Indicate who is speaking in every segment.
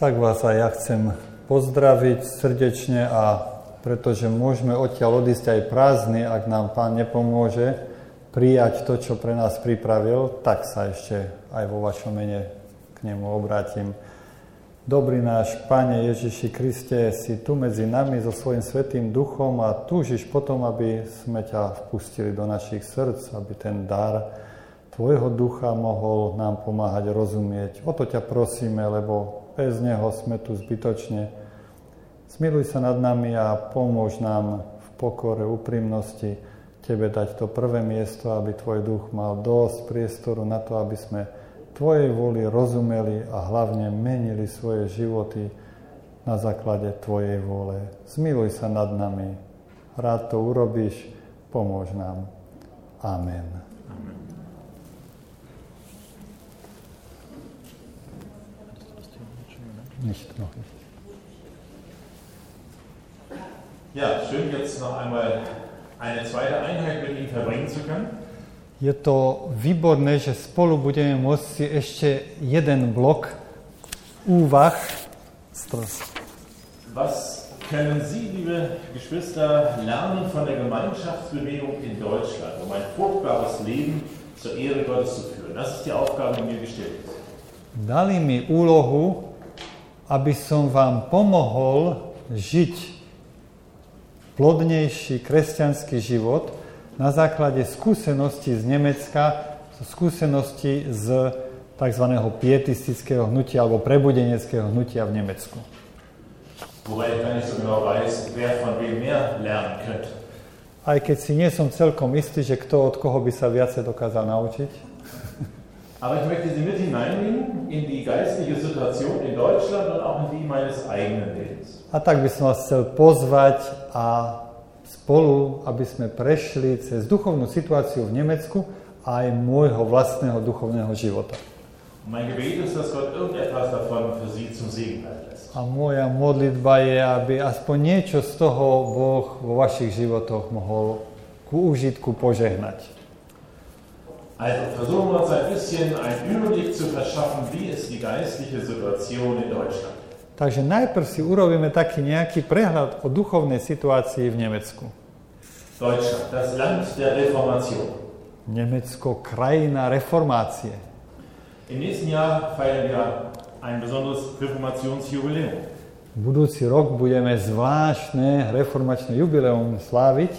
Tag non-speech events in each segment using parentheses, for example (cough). Speaker 1: Tak vás aj ja chcem pozdraviť srdečne a pretože môžeme odtiaľ odísť aj prázdny, ak nám pán nepomôže prijať to, čo pre nás pripravil, tak sa ešte aj vo vašom mene k nemu obrátim. Dobrý náš Pane Ježiši Kriste, si tu medzi nami so svojím Svetým Duchom a túžiš potom, aby sme ťa vpustili do našich srdc, aby ten dar Tvojho Ducha mohol nám pomáhať rozumieť. O to ťa prosíme, lebo bez Neho sme tu zbytočne. Smiluj sa nad nami a pomôž nám v pokore, úprimnosti Tebe dať to prvé miesto, aby Tvoj Duch mal dosť priestoru na to, aby sme Tvojej vôli rozumeli a hlavne menili svoje životy na základe Tvojej vôle. Zmiluj sa nad nami. Rád to urobíš, pomôž nám. Amen. Amen. Nicht noch nicht.
Speaker 2: Ja, schön jetzt noch einmal eine zweite Einheit mit Ihnen verbringen zu können.
Speaker 1: Je to výborné, že spolu budeme môcť si ešte jeden blok úvah. Stres.
Speaker 2: Was können Sie, liebe Geschwister, lernen von der Gemeinschaftsbewegung in Deutschland, um ein fruchtbares Leben zur Ehre Gottes zu führen? Das ist die Aufgabe, die mir gestellt ist.
Speaker 1: Dali mi úlohu, aby som vám pomohol žiť plodnejší kresťanský život na základe skúsenosti z Nemecka, skúsenosti z tzv. pietistického hnutia alebo prebudeneckého hnutia v Nemecku.
Speaker 2: genau
Speaker 1: Aj keď si nie som celkom istý, že kto od koho by sa viacej dokázal naučiť.
Speaker 2: Aber ich möchte Sie mit hineinnehmen in die geistliche Situation in Deutschland und auch in die meines eigenen Lebens.
Speaker 1: A tak by som vás chcel pozvať a spolu, aby sme prešli cez duchovnú situáciu v Nemecku a aj môjho vlastného duchovného života.
Speaker 2: Mein Gebet ist, dass Gott irgendetwas davon für Sie zum Segen lässt.
Speaker 1: A moja modlitba je, aby aspoň niečo z toho Boh vo vašich životoch mohol ku užitku požehnať.
Speaker 2: Also versuchen wir uns ein bisschen einen Überblick zu verschaffen, wie ist die geistliche Situation in Deutschland.
Speaker 1: Takže najprv si urobíme taký nejaký prehľad o duchovnej situácii v Nemecku.
Speaker 2: Deutschland, das Land der Reformation.
Speaker 1: Nemecko, krajina reformácie.
Speaker 2: Im nächsten Jahr feiern wir ein besonderes Reformationsjubiläum.
Speaker 1: V budúci rok budeme zvláštne reformačné jubileum sláviť.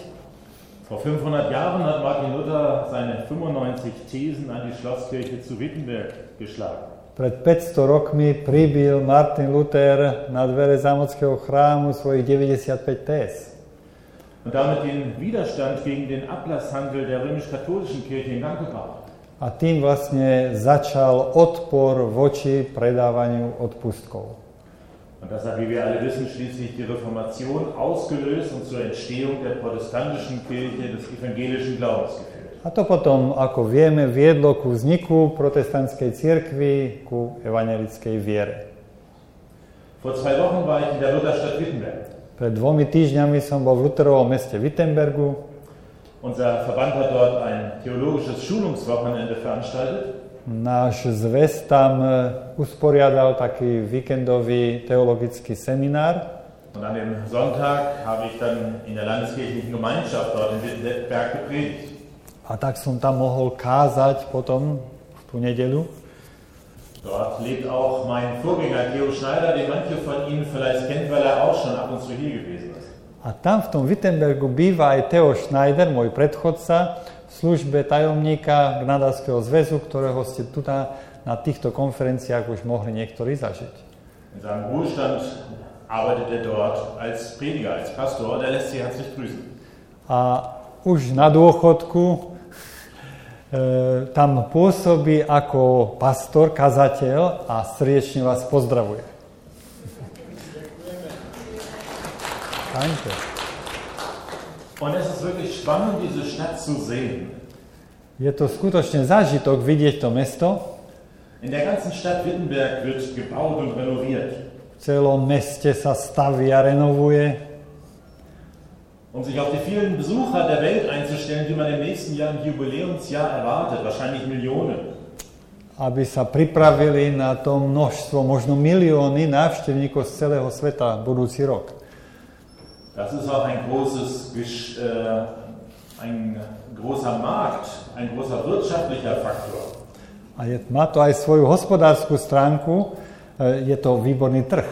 Speaker 2: Vor 500 Jahren hat Martin Luther seine 95 Thesen an die Schlosskirche zu Wittenberg geschlagen.
Speaker 1: Pred 500 rokmi pribil Martin Luther na dvere zámockého chrámu svojich 95 tés.
Speaker 2: Und damit den Widerstand gegen den Ablasshandel der römisch-katholischen Kirche in Gang gebracht.
Speaker 1: A tým vlastne začal odpor voči predávaniu odpustkov.
Speaker 2: Und das hat, wie wir alle wissen, schließlich die Reformation ausgelöst und zur Entstehung der protestantischen Kirche des evangelischen Glaubens geführt.
Speaker 1: A to potom, ako vieme, viedlo ku vzniku protestantskej cirkvi, ku evangelickej viere.
Speaker 2: Vor zwei Wochen war ich in der Lutherstadt Wittenberg.
Speaker 1: Pred dvomi týždňami som bol v Luterovom meste Wittenbergu.
Speaker 2: Unser Verband hat dort ein theologisches Schulungswochenende veranstaltet.
Speaker 1: Náš zväz tam usporiadal taký víkendový teologický seminár.
Speaker 2: Und an dem Sonntag habe ich dann in der landeskirchlichen Gemeinschaft dort in Wittenberg gepredigt.
Speaker 1: A tak som tam mohol kázať potom v tú nedeľu.
Speaker 2: Dort lebt auch mein Vorgänger Theo Schneider, den manche von Ihnen vielleicht kennt, weil er auch schon ab und zu hier gewesen ist.
Speaker 1: A tam v tom Wittenbergu býva aj Theo Schneider, môj predchodca, v službe tajomníka Gnadárskeho zväzu, ktorého ste tu na, na týchto konferenciách už mohli niektorí zažiť.
Speaker 2: In seinem Ruhestand arbeitet er dort als Prediger, als Pastor und er lässt sich herzlich grüßen.
Speaker 1: A už na dôchodku (laughs) e, tam pôsobí ako pastor, kazateľ a srdečne vás pozdravuje. Danke.
Speaker 2: Und es ist wirklich spannend, diese Stadt zu sehen.
Speaker 1: Je to skutočne zážitok vidieť to mesto.
Speaker 2: In der ganzen Stadt Wittenberg wird gebaut und renoviert,
Speaker 1: V celom meste sa stavia, renovuje.
Speaker 2: um sich auf die vielen Besucher der Welt einzustellen, die man im nächsten Jahr im Jubiläumsjahr erwartet, wahrscheinlich Millionen.
Speaker 1: aby sa pripravili na to množstvo, možno milióny návštevníkov z celého sveta budúci rok.
Speaker 2: Das ist auch ein, großes, Gesch- äh, ein großer Markt, ein großer wirtschaftlicher Faktor.
Speaker 1: A je, má to aj svoju hospodárskú stránku, e, je to výborný trh.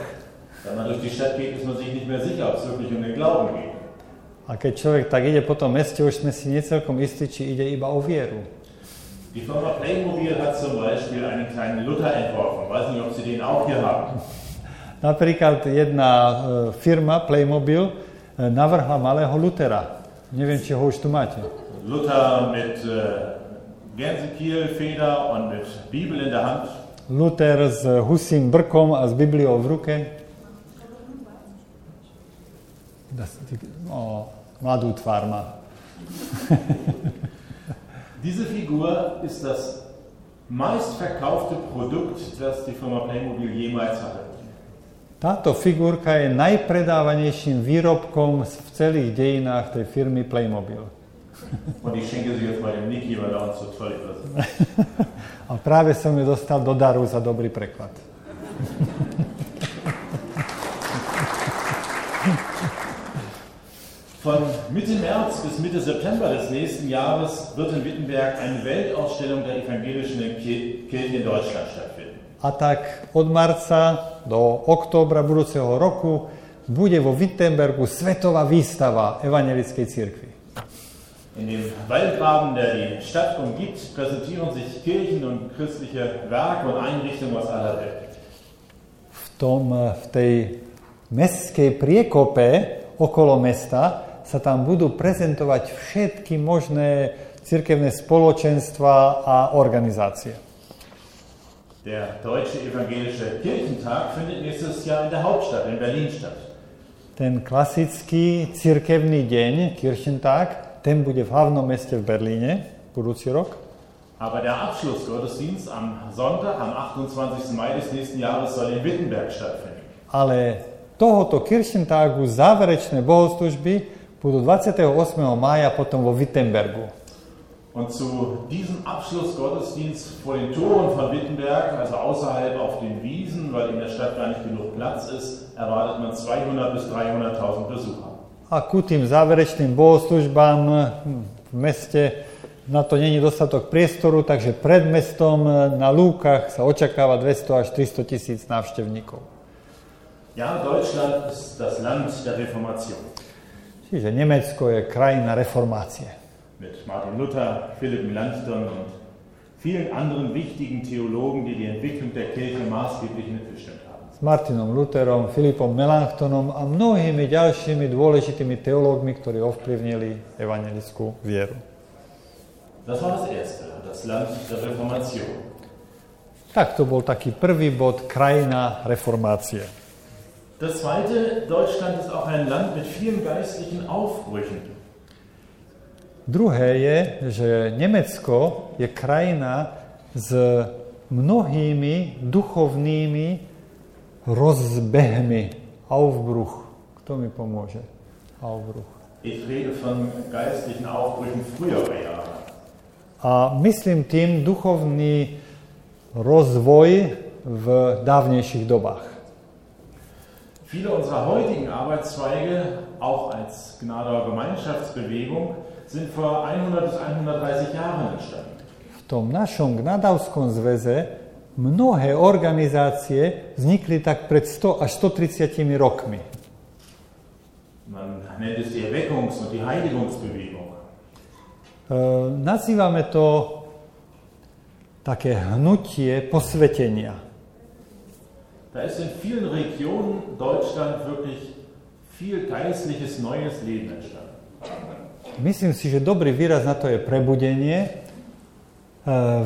Speaker 2: Wenn man durch die Stadt geht, ist man sich nicht mehr sicher, ob es wirklich um den Glauben geht.
Speaker 1: A keď človek tak ide po tom meste, už sme si necelkom istí, či ide iba o vieru.
Speaker 2: Die Firma Playmobil hat zum Beispiel einen kleinen Luther entworfen. Ich weiß nicht, ob Sie den auch hier haben.
Speaker 1: Napríklad jedna e, firma, Playmobil, e, navrhla malého Lutera. Neviem, či ho už tu máte.
Speaker 2: Luther mit äh, Gänsekielfeder und mit Bibel in der Hand.
Speaker 1: Luther s husím brkom a s Bibliou v ruke. Da si ty- O, mladú tvár má.
Speaker 2: Diese Figur ist das meistverkaufte Produkt, das die Firma Playmobil jemals hatte.
Speaker 1: Táto figurka je najpredávanejším výrobkom z- v celých dejinách tej firmy Playmobil.
Speaker 2: Und ich schenke sie jetzt mal dem Niki, weil er uns so toll übersetzt.
Speaker 1: A práve som ju dostal do daru za dobrý preklad.
Speaker 2: Von Mitte März bis Mitte September des nächsten Jahres wird in Wittenberg eine Weltausstellung der evangelischen Kir- Kirchen in Deutschland stattfinden.
Speaker 1: A tak od marca do októbra budúceho roku bude vo Wittenbergu svetová výstava Evangelickej cirkvi.
Speaker 2: In dem Waldgraben, der die Stadt umgibt, präsentieren sich Kirchen und christliche Werke und Einrichtungen aus aller Welt.
Speaker 1: V, tom, eh, v tej mestskej priekope okolo mesta sa tam budú prezentovať všetky možné cirkevné spoločenstva a organizácie.
Speaker 2: Der Deutsche Evangelische Kirchentag findet nächstes Jahr in der Hauptstadt, in Berlin statt.
Speaker 1: Ten klasický cirkevný deň, Kirchentag, ten bude v hlavnom meste v Berlíne budúci rok.
Speaker 2: Aber der Abschlussgottesdienst am Sonntag, am 28. Mai des nächsten Jahres, soll in Wittenberg stattfinden.
Speaker 1: Ale tohoto Kirchentagu záverečné bohoslužby budú 28. mája potom vo Wittenbergu.
Speaker 2: Und zu diesem Abschlussgottesdienst vor den Toren von Wittenberg, also außerhalb auf den Wiesen, weil in der Stadt gar nicht genug Platz ist, erwartet man 200 bis 300.000 Besucher.
Speaker 1: A ku tým záverečným bohoslužbám hm, v meste na to není dostatok priestoru, takže pred mestom eh, na Lúkach sa očakáva 200 až 300 tisíc návštevníkov.
Speaker 2: Ja, Deutschland ist das Land der Reformation.
Speaker 1: Čiže Nemecko je krajina reformácie.
Speaker 2: mit Martin Luther, Philipp Melanchthon und vielen anderen wichtigen Theologen, die die Entwicklung der Kirche maßgeblich mitbestimmt haben.
Speaker 1: S Martinom Lutherom, Filipom Melanchtonom a mnohými ďalšími dôležitými teológmi, ktorí ovplyvnili evangelickú vieru.
Speaker 2: Das war das Erste, das Land der Reformation.
Speaker 1: Tak to bol taký prvý bod, krajina reformácie.
Speaker 2: Das Zweite, Deutschland ist auch ein Land mit vielen geistlichen Aufbrüchen.
Speaker 1: Druhé je, že Nemecko je krajina s mnohými duchovnými rozbehmi. Aufbruch. Kto mi pomôže? Aufbruch.
Speaker 2: Ich rede von geistlichen Aufbrüchen früherer Jahre.
Speaker 1: A myslím tým duchovný rozvoj v dávnejších dobách.
Speaker 2: Viele unserer heutigen Arbeitszweige, auch als Gnadauer Gemeinschaftsbewegung, sind vor 100 bis 130 Jahren entstanden.
Speaker 1: V tom našom Gnadavskom zväze mnohé organizácie vznikli tak pred 100 až 130 rokmi.
Speaker 2: Man nennt es die Erweckungs- und die Heiligungsbewegung.
Speaker 1: E, nazývame to také hnutie posvetenia.
Speaker 2: Da ist in vielen Regionen Deutschland wirklich viel geistliches neues Leben entstanden.
Speaker 1: Myslím si, že dobrý výraz na to je prebudenie. E,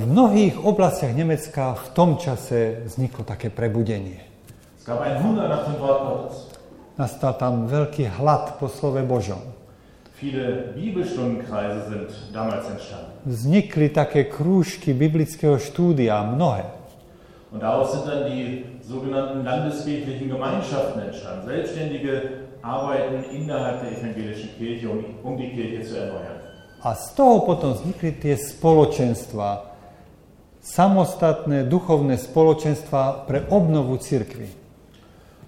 Speaker 1: V mnohých oblastiach Nemecka v tom čase vzniklo také prebudenie.
Speaker 2: Es gab einen Hunger nach dem Wort Gottes.
Speaker 1: Nastal tam veľký hlad po slove Božom.
Speaker 2: Viele Bibelstundenkreise sind damals entstanden.
Speaker 1: Vznikli také krúžky biblického štúdia, mnohé.
Speaker 2: Und daraus sind dann die sogenannten landeskirchlichen Gemeinschaften entstanden. Selbstständige Arbeiten innerhalb der evangelischen Kirche, um, um die Kirche zu erneuern.
Speaker 1: A z toho potom vznikli tie spoločenstva, samostatné duchovné spoločenstva pre obnovu cirkvy.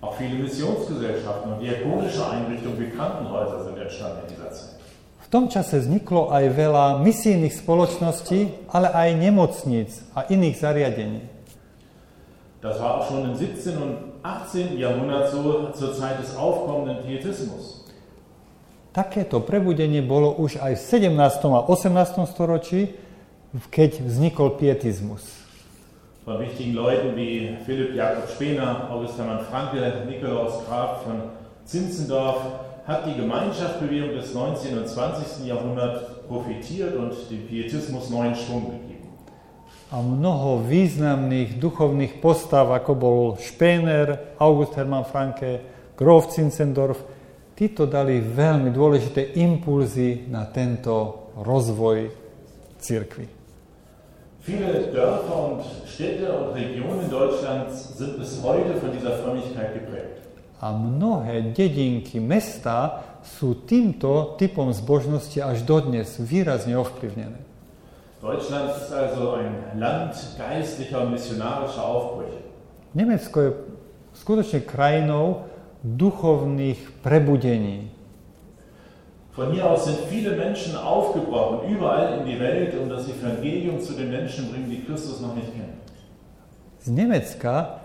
Speaker 2: Auch viele Missionsgesellschaften und diakonische Einrichtungen wie Krankenhäuser sind entstanden in dieser Zeit.
Speaker 1: V tom čase vzniklo aj veľa misijných spoločností, ale aj nemocníc a iných zariadení.
Speaker 2: Das war auch schon im 17. und 18. Jahrhundert so zur Zeit des aufkommenden Pietismus.
Speaker 1: Takéto prebudenie bolo už aj v 17. a 18. storočí, keď vznikol pietizmus.
Speaker 2: Von wichtigen Leuten wie Philipp Jakob Spener, August Hermann Franke, Nikolaus Graf von Zinzendorf hat die Gemeinschaftsbewegung des 19. und 20. Jahrhunderts profitiert und dem Pietismus neuen Schwung gegeben.
Speaker 1: A mnoho významných duchovných postav, ako bol Spener, August Hermann Franke, Grof Zinzendorf, títo dali veľmi dôležité impulzy na tento rozvoj cirkvi.
Speaker 2: Viele Dörfer und Städte und Regionen Deutschlands sind bis heute von dieser Frömmigkeit geprägt.
Speaker 1: A mnohé dedinky mesta sú týmto typom zbožnosti až dodnes výrazne ovplyvnené.
Speaker 2: Deutschland ist also ein Land geistlicher und missionarischer Aufbrüche.
Speaker 1: Nemecko je skutočne krajinou duchovných prebudení.
Speaker 2: Von hier aus sind viele Menschen aufgebrochen, überall in die Welt, um das Evangelium zu den Menschen bringen, die Christus noch nicht kennen.
Speaker 1: Z Nemecka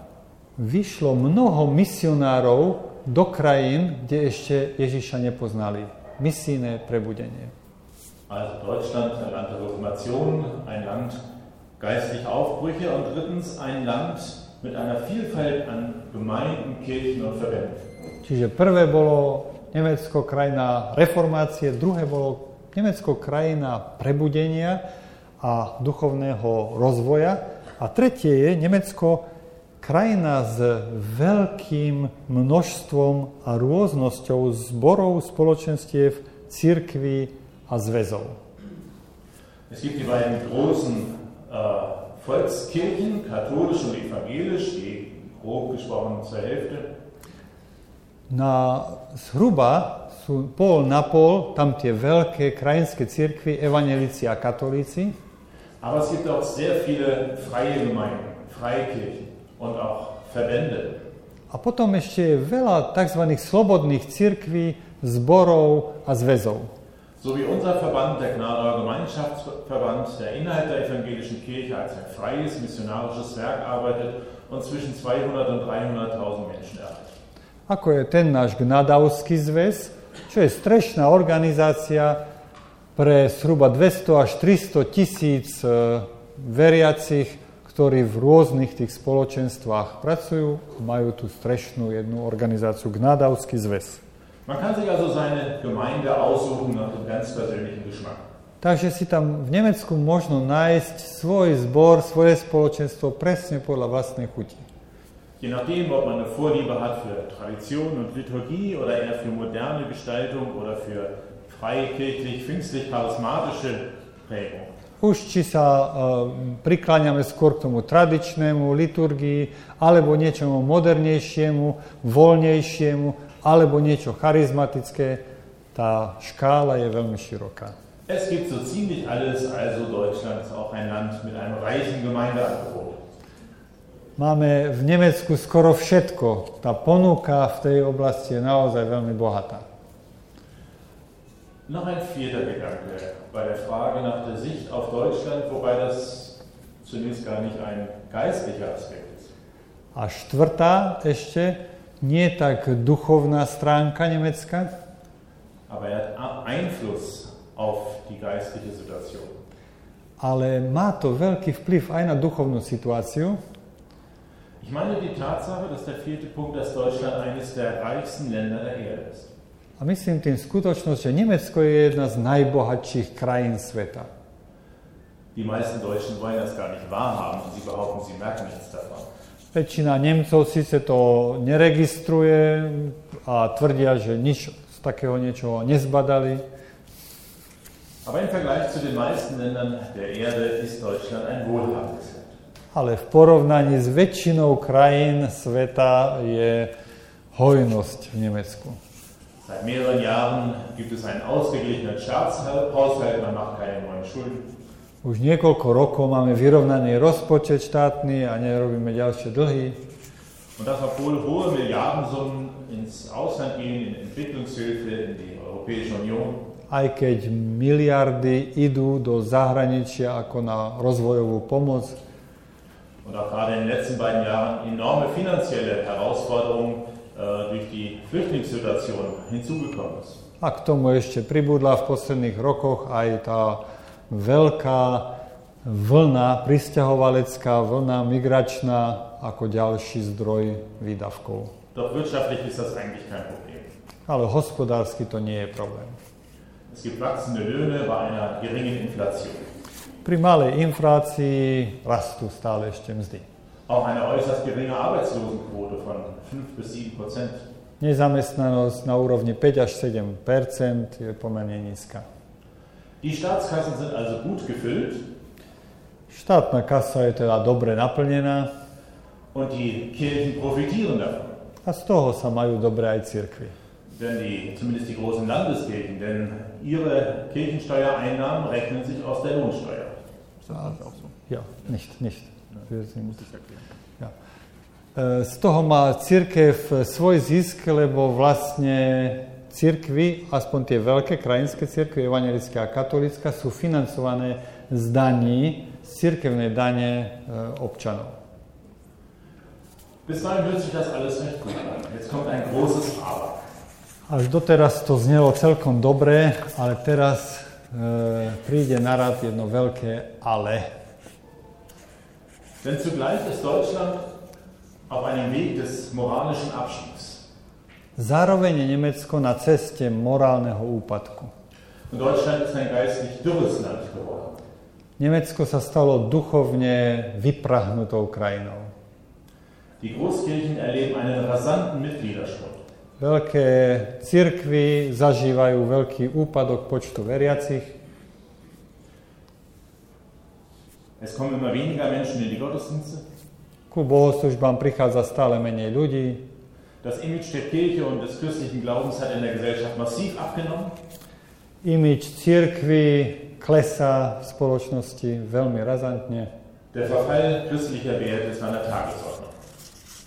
Speaker 1: vyšlo mnoho misionárov do krajín, kde ešte Ježiša nepoznali. Misijné prebudenie.
Speaker 2: Also Deutschland, ein Land der Reformation, ein Land geistlicher Aufbrüche und drittens ein Land mit einer Vielfalt an Gemeinden, Kirchen und Verbänden.
Speaker 1: Čiže prvé bolo Nemecko krajina reformácie, druhé bolo Nemecko krajina prebudenia a duchovného rozvoja a tretie je Nemecko krajina s veľkým množstvom a rôznosťou zborov, spoločenstiev, církví a zväzov.
Speaker 2: Es gibt die beiden großen äh, Volkskirchen, katholisch und evangelisch, die grob gesprochen zur Hälfte
Speaker 1: Na zhruba sú pol na pol tam tie veľké krajinské cirkvy, evanelici a katolíci,
Speaker 2: Aber es gibt auch sehr viele freie Gemeinden, Freikirchen und auch Verbände.
Speaker 1: a potom ešte je veľa tzv. slobodných cirkví, zborov a zväzov.
Speaker 2: So wie unser Verband, der Gnadauer Gemeinschaftsverband, der innerhalb der evangelischen Kirche als ein freies missionarisches Werk arbeitet und zwischen 200 und 300.000 Menschen erreicht.
Speaker 1: Ako je ten náš Gnadavský zväz, čo je strešná organizácia pre zhruba 200 až 300 tisíc e, veriacich, ktorí v rôznych tých spoločenstvách pracujú a majú tú strešnú jednu organizáciu Gnadavský zväz.
Speaker 2: Man kann sich also seine Gemeinde aussuchen nach dem ganz persönlichen Geschmack.
Speaker 1: Takže si tam v Nemecku možno nájsť svoj zbor, svoje spoločenstvo presne podľa vlastnej chuti.
Speaker 2: Je nachdem, ob man eine Vorliebe hat für Tradition und Liturgie oder eher für moderne Gestaltung oder für freikirchlich, pfingstlich, charismatische Prägung.
Speaker 1: Už či sa e, prikláňame skôr k tomu tradičnému, liturgii, alebo niečomu modernejšiemu, voľnejšiemu, alebo niečo charizmatické, tá škála je veľmi široká.
Speaker 2: Es gibt so ziemlich alles, also Deutschland ist auch ein Land mit einem reichen Gemeindeangebot.
Speaker 1: Máme v Nemecku skoro všetko. Tá ponuka v tej oblasti je naozaj veľmi bohatá.
Speaker 2: Noch ein vierter Gedanke bei der Frage nach der Sicht auf Deutschland, wobei das zunächst gar nicht ein geistlicher Aspekt ist.
Speaker 1: A štvrtá ešte, nie tak duchovná stránka Nemecka,
Speaker 2: Aber er hat A- Einfluss auf die geistliche Situation.
Speaker 1: ale má to veľký vplyv aj na duchovnú situáciu.
Speaker 2: Ich meine die Tatsache, dass der vierte Punkt, dass Deutschland eines der reichsten Länder der Erde ist.
Speaker 1: A myslím tým skutočnosť, že Nemecko je jedna z najbohatších krajín sveta.
Speaker 2: Die meisten Deutschen wollen das gar nicht wahrhaben und sie behaupten, sie merken nichts davon.
Speaker 1: Väčšina Nemcov síce to neregistruje a tvrdia, že nič z takého niečoho nezbadali,
Speaker 2: Aber im Vergleich zu den meisten Ländern der Erde ist Deutschland ein wohlhabendes Land.
Speaker 1: ale v porovnaní s väčšinou krajín sveta je hojnosť v Nemecku.
Speaker 2: Seit mehreren Jahren gibt es einen ausgeglichenen Staatshaushalt, man macht keine neuen Schulden.
Speaker 1: Už niekoľko rokov máme vyrovnaný rozpočet štátny a nerobíme ďalšie dlhy.
Speaker 2: Und dass obwohl hohe Milliardensummen ins Ausland gehen, in Entwicklungshilfe, in die Europäische Union,
Speaker 1: Aj keď miliardy idú do zahraničia ako na rozvojovú pomoc,
Speaker 2: und auch gerade in den letzten beiden Jahren enorme finanzielle Herausforderungen äh, durch die Flüchtlingssituation hinzugekommen ist.
Speaker 1: a k tomu ešte pribudla v posledných rokoch aj tá veľká vlna, pristahovalecká vlna, migračná, ako ďalší zdroj výdavkov.
Speaker 2: Doch wirtschaftlich ist das eigentlich kein Problem.
Speaker 1: Ale hospodársky to nie je problém.
Speaker 2: Es gibt wachsende Löhne bei einer geringen Inflation.
Speaker 1: Pri malej inflácii rastú stále ešte mzdy.
Speaker 2: Auch eine äußerst geringe Arbeitslosenquote von 5 bis 7 Prozent.
Speaker 1: Nezamestnanosť na úrovni 5 až 7 je pomerne nízka.
Speaker 2: Die Staatskassen sind also gut gefüllt
Speaker 1: Štátna kasa je teda dobre naplnená
Speaker 2: und die Kirchen profitieren davon.
Speaker 1: a z toho sa majú dobre aj cirkvy.
Speaker 2: Denn die, zumindest die großen Landeskirchen, denn ihre Kirchensteuereinnahmen rechnen sich aus der Lohnsteuer.
Speaker 3: Ist das nicht auch so?
Speaker 1: Ja, nicht, nicht. Wir sind-
Speaker 3: Muss ich erklären.
Speaker 1: Ja. E, Z toho má církev svoj zisk, lebo vlastne církvy, aspoň tie veľké krajinské církvy, evangelická a katolická, sú financované z daní, z církevnej dane e, občanov.
Speaker 2: Bisweilen hört sich das alles recht gut an. Jetzt kommt ein großes Aber.
Speaker 1: Až doteraz to znelo celkom dobre, ale teraz e, príde na rad jedno veľké ale.
Speaker 2: Denn zugleich ist Deutschland auf einem Weg des moralischen Abstiegs.
Speaker 1: Zároveň je Nemecko na ceste morálneho úpadku.
Speaker 2: Und Deutschland ist ein geistlich dürres Land geworden.
Speaker 1: Nemecko sa stalo duchovne vyprahnutou krajinou.
Speaker 2: Die Großkirchen erleben einen rasanten Mitgliederschwund.
Speaker 1: Veľké cirkvy zažívajú veľký úpadok počtu veriacich,
Speaker 2: Es kommen immer weniger Menschen in die Gottesdienste.
Speaker 1: ku bohoslužbám prichádza stále menej ľudí,
Speaker 2: Das Image der Kirche und des christlichen Glaubens hat in der Gesellschaft massiv abgenommen.
Speaker 1: imič cirkvy klesá v spoločnosti veľmi razantne.
Speaker 2: Der Verfall christlicher Werte ist an der Tagesordnung.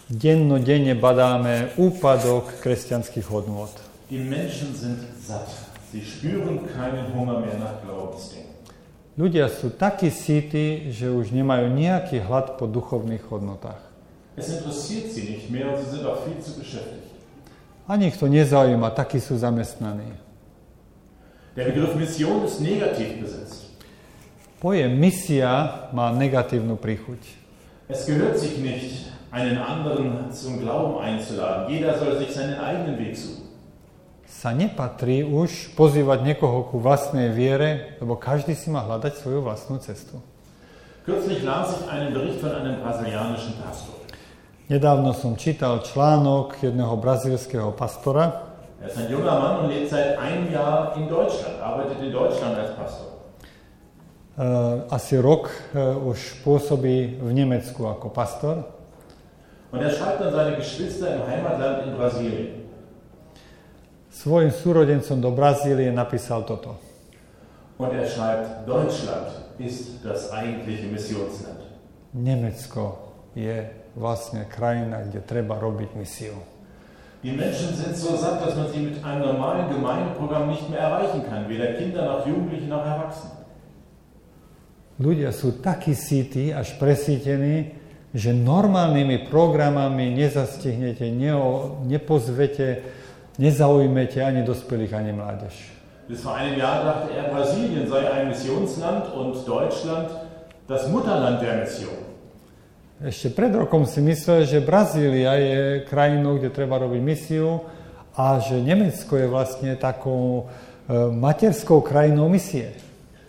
Speaker 1: Dennodenne badáme úpadok kresťanských hodnôt.
Speaker 2: Die Menschen sind satt. Sie spüren keinen Hunger mehr nach Glaubensdingen.
Speaker 1: Ľudia sú takí síti, že už nemajú nejaký hlad po duchovných hodnotách.
Speaker 2: Es interessiert sie nicht mehr und sie sind auch viel zu beschäftigt.
Speaker 1: Ani ich to nezaujíma, takí sú zamestnaní.
Speaker 2: Der Begriff Mission ist negativ besetzt.
Speaker 1: Pojem misia má negatívnu príchuť.
Speaker 2: Es gehört sich nicht, einen anderen zum Glauben einzuladen. Jeder soll sich seinen eigenen Weg suchen.
Speaker 1: sa nepatrí už pozývať niekoho ku vlastnej viere, lebo každý si má hľadať svoju vlastnú cestu.
Speaker 2: Kürzlich las ich einen Bericht von einem brasilianischen Pastor.
Speaker 1: Nedávno som čítal článok jedného brazílskeho pastora.
Speaker 2: Er ist ein junger Mann und lebt seit einem Jahr in Deutschland, arbeitet in Deutschland als Pastor.
Speaker 1: E, asi rok e, už pôsobí v Nemecku ako pastor.
Speaker 2: Und er schreibt an seine Geschwister im Heimatland in Brasilien.
Speaker 1: Svojim súrodencom do Brazílie napísal toto.
Speaker 2: Und er schreibt, Deutschland ist das eigentliche Missionsland.
Speaker 1: Nemecko je vlastne krajina, kde treba robiť misiu.
Speaker 2: Die Menschen sind so satt, dass man sie mit einem normalen Gemeindeprogramm nicht mehr erreichen kann. Weder Kinder noch Jugendliche noch Erwachsene.
Speaker 1: Ľudia sú takí síti až presítení, že normálnymi programami nezastihnete, neo, nepozvete, nezaujmete ani dospelých, ani mládež.
Speaker 2: Bis vor einem Jahr dachte er, Brasilien sei ein Missionsland und Deutschland das Mutterland der Mission.
Speaker 1: Ešte pred rokom si myslel, že Brazília je krajinou, kde treba robiť misiu a že Nemecko je vlastne takou e, materskou krajinou misie.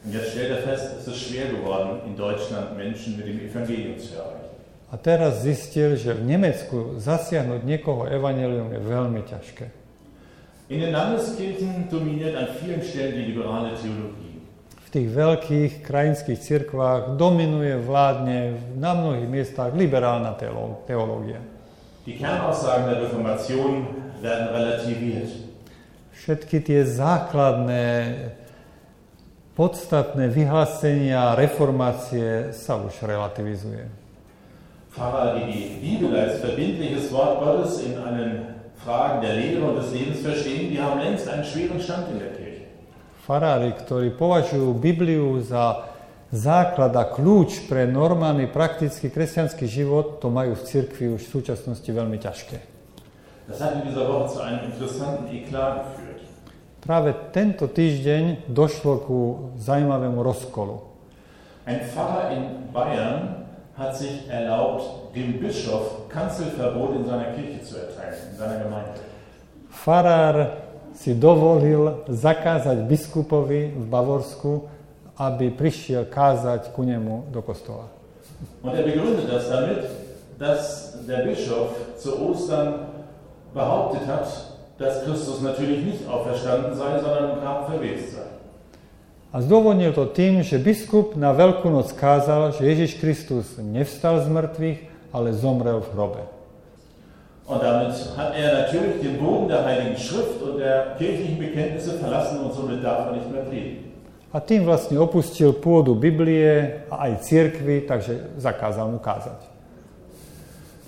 Speaker 2: Und jetzt stellt er fest, es ist schwer geworden, in Deutschland Menschen mit dem Evangelium zu erreichen.
Speaker 1: A teraz zistil, že v Nemecku zasiahnuť niekoho evanelium je veľmi ťažké.
Speaker 2: In den Landeskirchen dominiert an vielen Stellen die liberale Theologie.
Speaker 1: V tých veľkých krajinských cirkvách dominuje vládne na mnohých miestach liberálna teolo- teológia.
Speaker 2: Die Kernaussagen der Reformation werden relativiert.
Speaker 1: Všetky tie základné podstatné vyhlásenia reformácie sa už relativizuje.
Speaker 2: Pfarrer, die die Bibel als verbindliches Wort Gottes in allen Fragen der Lehre und des Lebens verstehen, die haben längst einen schweren Stand in der Kirche.
Speaker 1: Farári, ktorí považujú Bibliu za základ a kľúč pre normálny, praktický kresťanský život, to majú v cirkvi už v súčasnosti veľmi ťažké.
Speaker 2: Das hat in dieser Woche zu einem interessanten Eklat geführt.
Speaker 1: Práve tento týždeň došlo ku zaujímavému rozkolu.
Speaker 2: Ein Pfarrer in Bayern hat sich erlaubt, dem Bischof Kanzelverbot in seiner Kirche zu erteilen, in seiner Gemeinde.
Speaker 1: Farár si dovolil zakázať biskupovi v Bavorsku, aby prišiel kázať ku nemu do kostola.
Speaker 2: Und er begründet das damit, dass der Bischof zu Ostern behauptet hat, dass Christus natürlich nicht auferstanden sei, sondern im Grab verwest sei.
Speaker 1: A zdôvodnil to tým, že biskup na Veľkú noc kázal, že Ježiš Kristus nevstal z mŕtvych, ale zomrel v hrobe.
Speaker 2: Und damit hat er natürlich den Boden der Heiligen Schrift und der kirchlichen Bekenntnisse verlassen und somit darf er nicht mehr predigen.
Speaker 1: A tým vlastne opustil pôdu Biblie a aj cirkvi, takže zakázal mu kázať.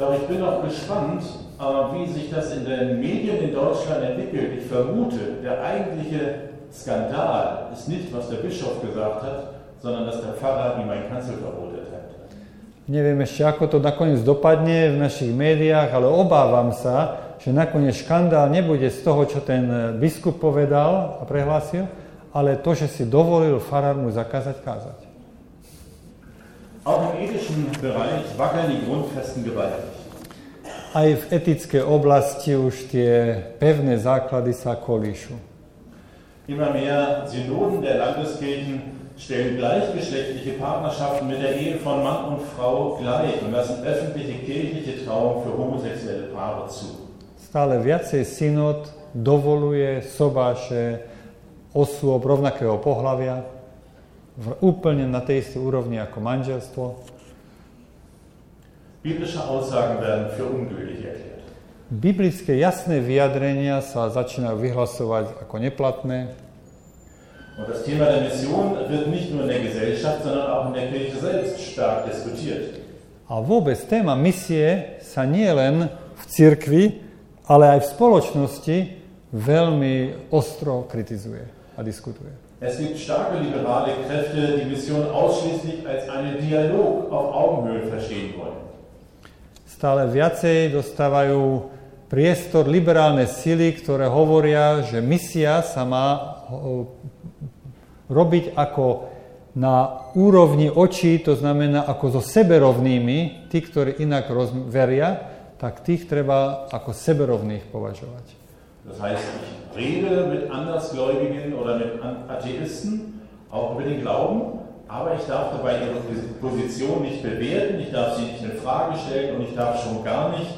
Speaker 2: Doch ich bin auch gespannt, äh, wie sich das in den Medien in Deutschland entwickelt. Ich vermute, der eigentliche Skandal ist nicht, was der Bischof gesagt hat, sondern dass der Pfarrer ihm ein Kanzelverbot erteilt hat.
Speaker 1: Neviem ešte, ako to nakoniec dopadne v našich médiách, ale obávam sa, že nakoniec škandál nebude z toho, čo ten eh, biskup povedal a prehlásil, ale to, že si dovolil farár mu zakázať kázať.
Speaker 2: Auch im ethischen Bereich wackeln die Grundfesten gewaltig.
Speaker 1: Aj v etickej oblasti už tie pevné základy sa kolíšu.
Speaker 2: Immer mehr Synoden der Landeskirchen stellen gleichgeschlechtliche Partnerschaften mit der Ehe von Mann und Frau gleich und lassen öffentliche kirchliche Trauung für homosexuelle Paare zu.
Speaker 1: Stále viacej synod dovoluje sobáše osôb rovnakého pohľavia v úplne na tej istej úrovni ako manželstvo.
Speaker 2: Biblische Aussagen werden für ungültig erklärt.
Speaker 1: Biblické jasné vyjadrenia sa začínajú vyhlasovať ako neplatné.
Speaker 2: Und das Thema der Mission wird nicht nur in der Gesellschaft, sondern auch in der Kirche selbst stark diskutiert.
Speaker 1: A vôbec téma misie sa nie len v cirkvi, ale aj v spoločnosti veľmi ostro kritizuje a diskutuje.
Speaker 2: Es gibt starke liberale Kräfte, die Mission ausschließlich als einen Dialog auf Augenhöhe verstehen wollen.
Speaker 1: Stále viacej dostávajú priestor liberálne sily, ktoré hovoria, že misia sa má ho, robiť ako na úrovni očí, to znamená ako so seberovnými, tí, ktorí inak roz- veria, tak tých treba ako seberovných považovať.
Speaker 2: Das heißt, ich rede mit Andersgläubigen oder mit An- Atheisten auch über den Glauben, aber ich darf dabei ihre Pos- Position nicht bewerten, ich darf sie nicht in Frage stellen und ich darf schon gar nicht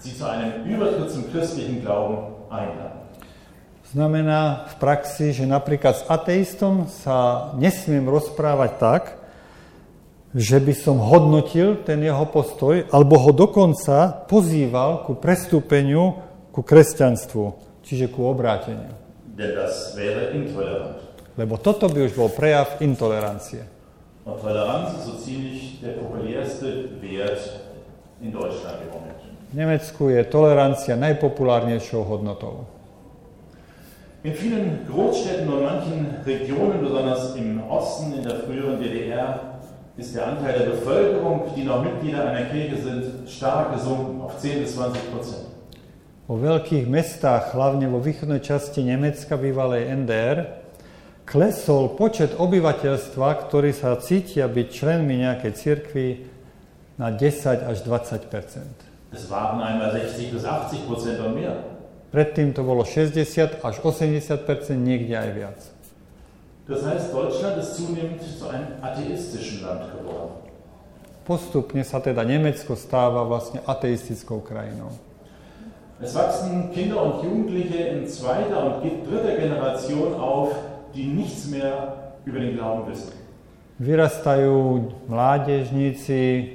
Speaker 2: sie zu einem Übertritt zum christlichen Glauben einladen.
Speaker 1: Znamená v praxi, že napríklad s ateistom sa nesmiem rozprávať tak, že by som hodnotil ten jeho postoj, alebo ho dokonca pozýval ku prestúpeniu ku kresťanstvu, čiže ku obráteniu.
Speaker 2: Denn das wäre intolerant.
Speaker 1: Lebo toto by už bol prejav intolerancie.
Speaker 2: Und Toleranz ist so ziemlich der populärste Wert in Deutschland im Moment.
Speaker 1: V Nemecku je tolerancia najpopulárnejšou hodnotou.
Speaker 2: In vielen Großstädten und manchen Regionen, besonders im Osten, in der früheren DDR, ist der Anteil der Bevölkerung, die noch Mitglieder einer Kirche sind, stark gesunken auf 10 bis 20 Prozent.
Speaker 1: Vo veľkých mestách, hlavne vo východnej časti Nemecka, bývalej NDR, klesol počet obyvateľstva, ktorí sa cítia byť členmi nejakej cirkvi na 10 až 20
Speaker 2: Es waren einmal 60 bis 80 Prozent und mehr.
Speaker 1: Predtým to bolo 60 až 80 niekde aj viac.
Speaker 2: Das heißt, Deutschland ist zunehmend zu einem atheistischen Land geworden.
Speaker 1: Postupne sa teda Nemecko stáva vlastne ateistickou krajinou.
Speaker 2: Es wachsen Kinder und Jugendliche in zweiter und dritter Generation auf, die nichts mehr über den Glauben wissen.
Speaker 1: Vyrastajú mládežníci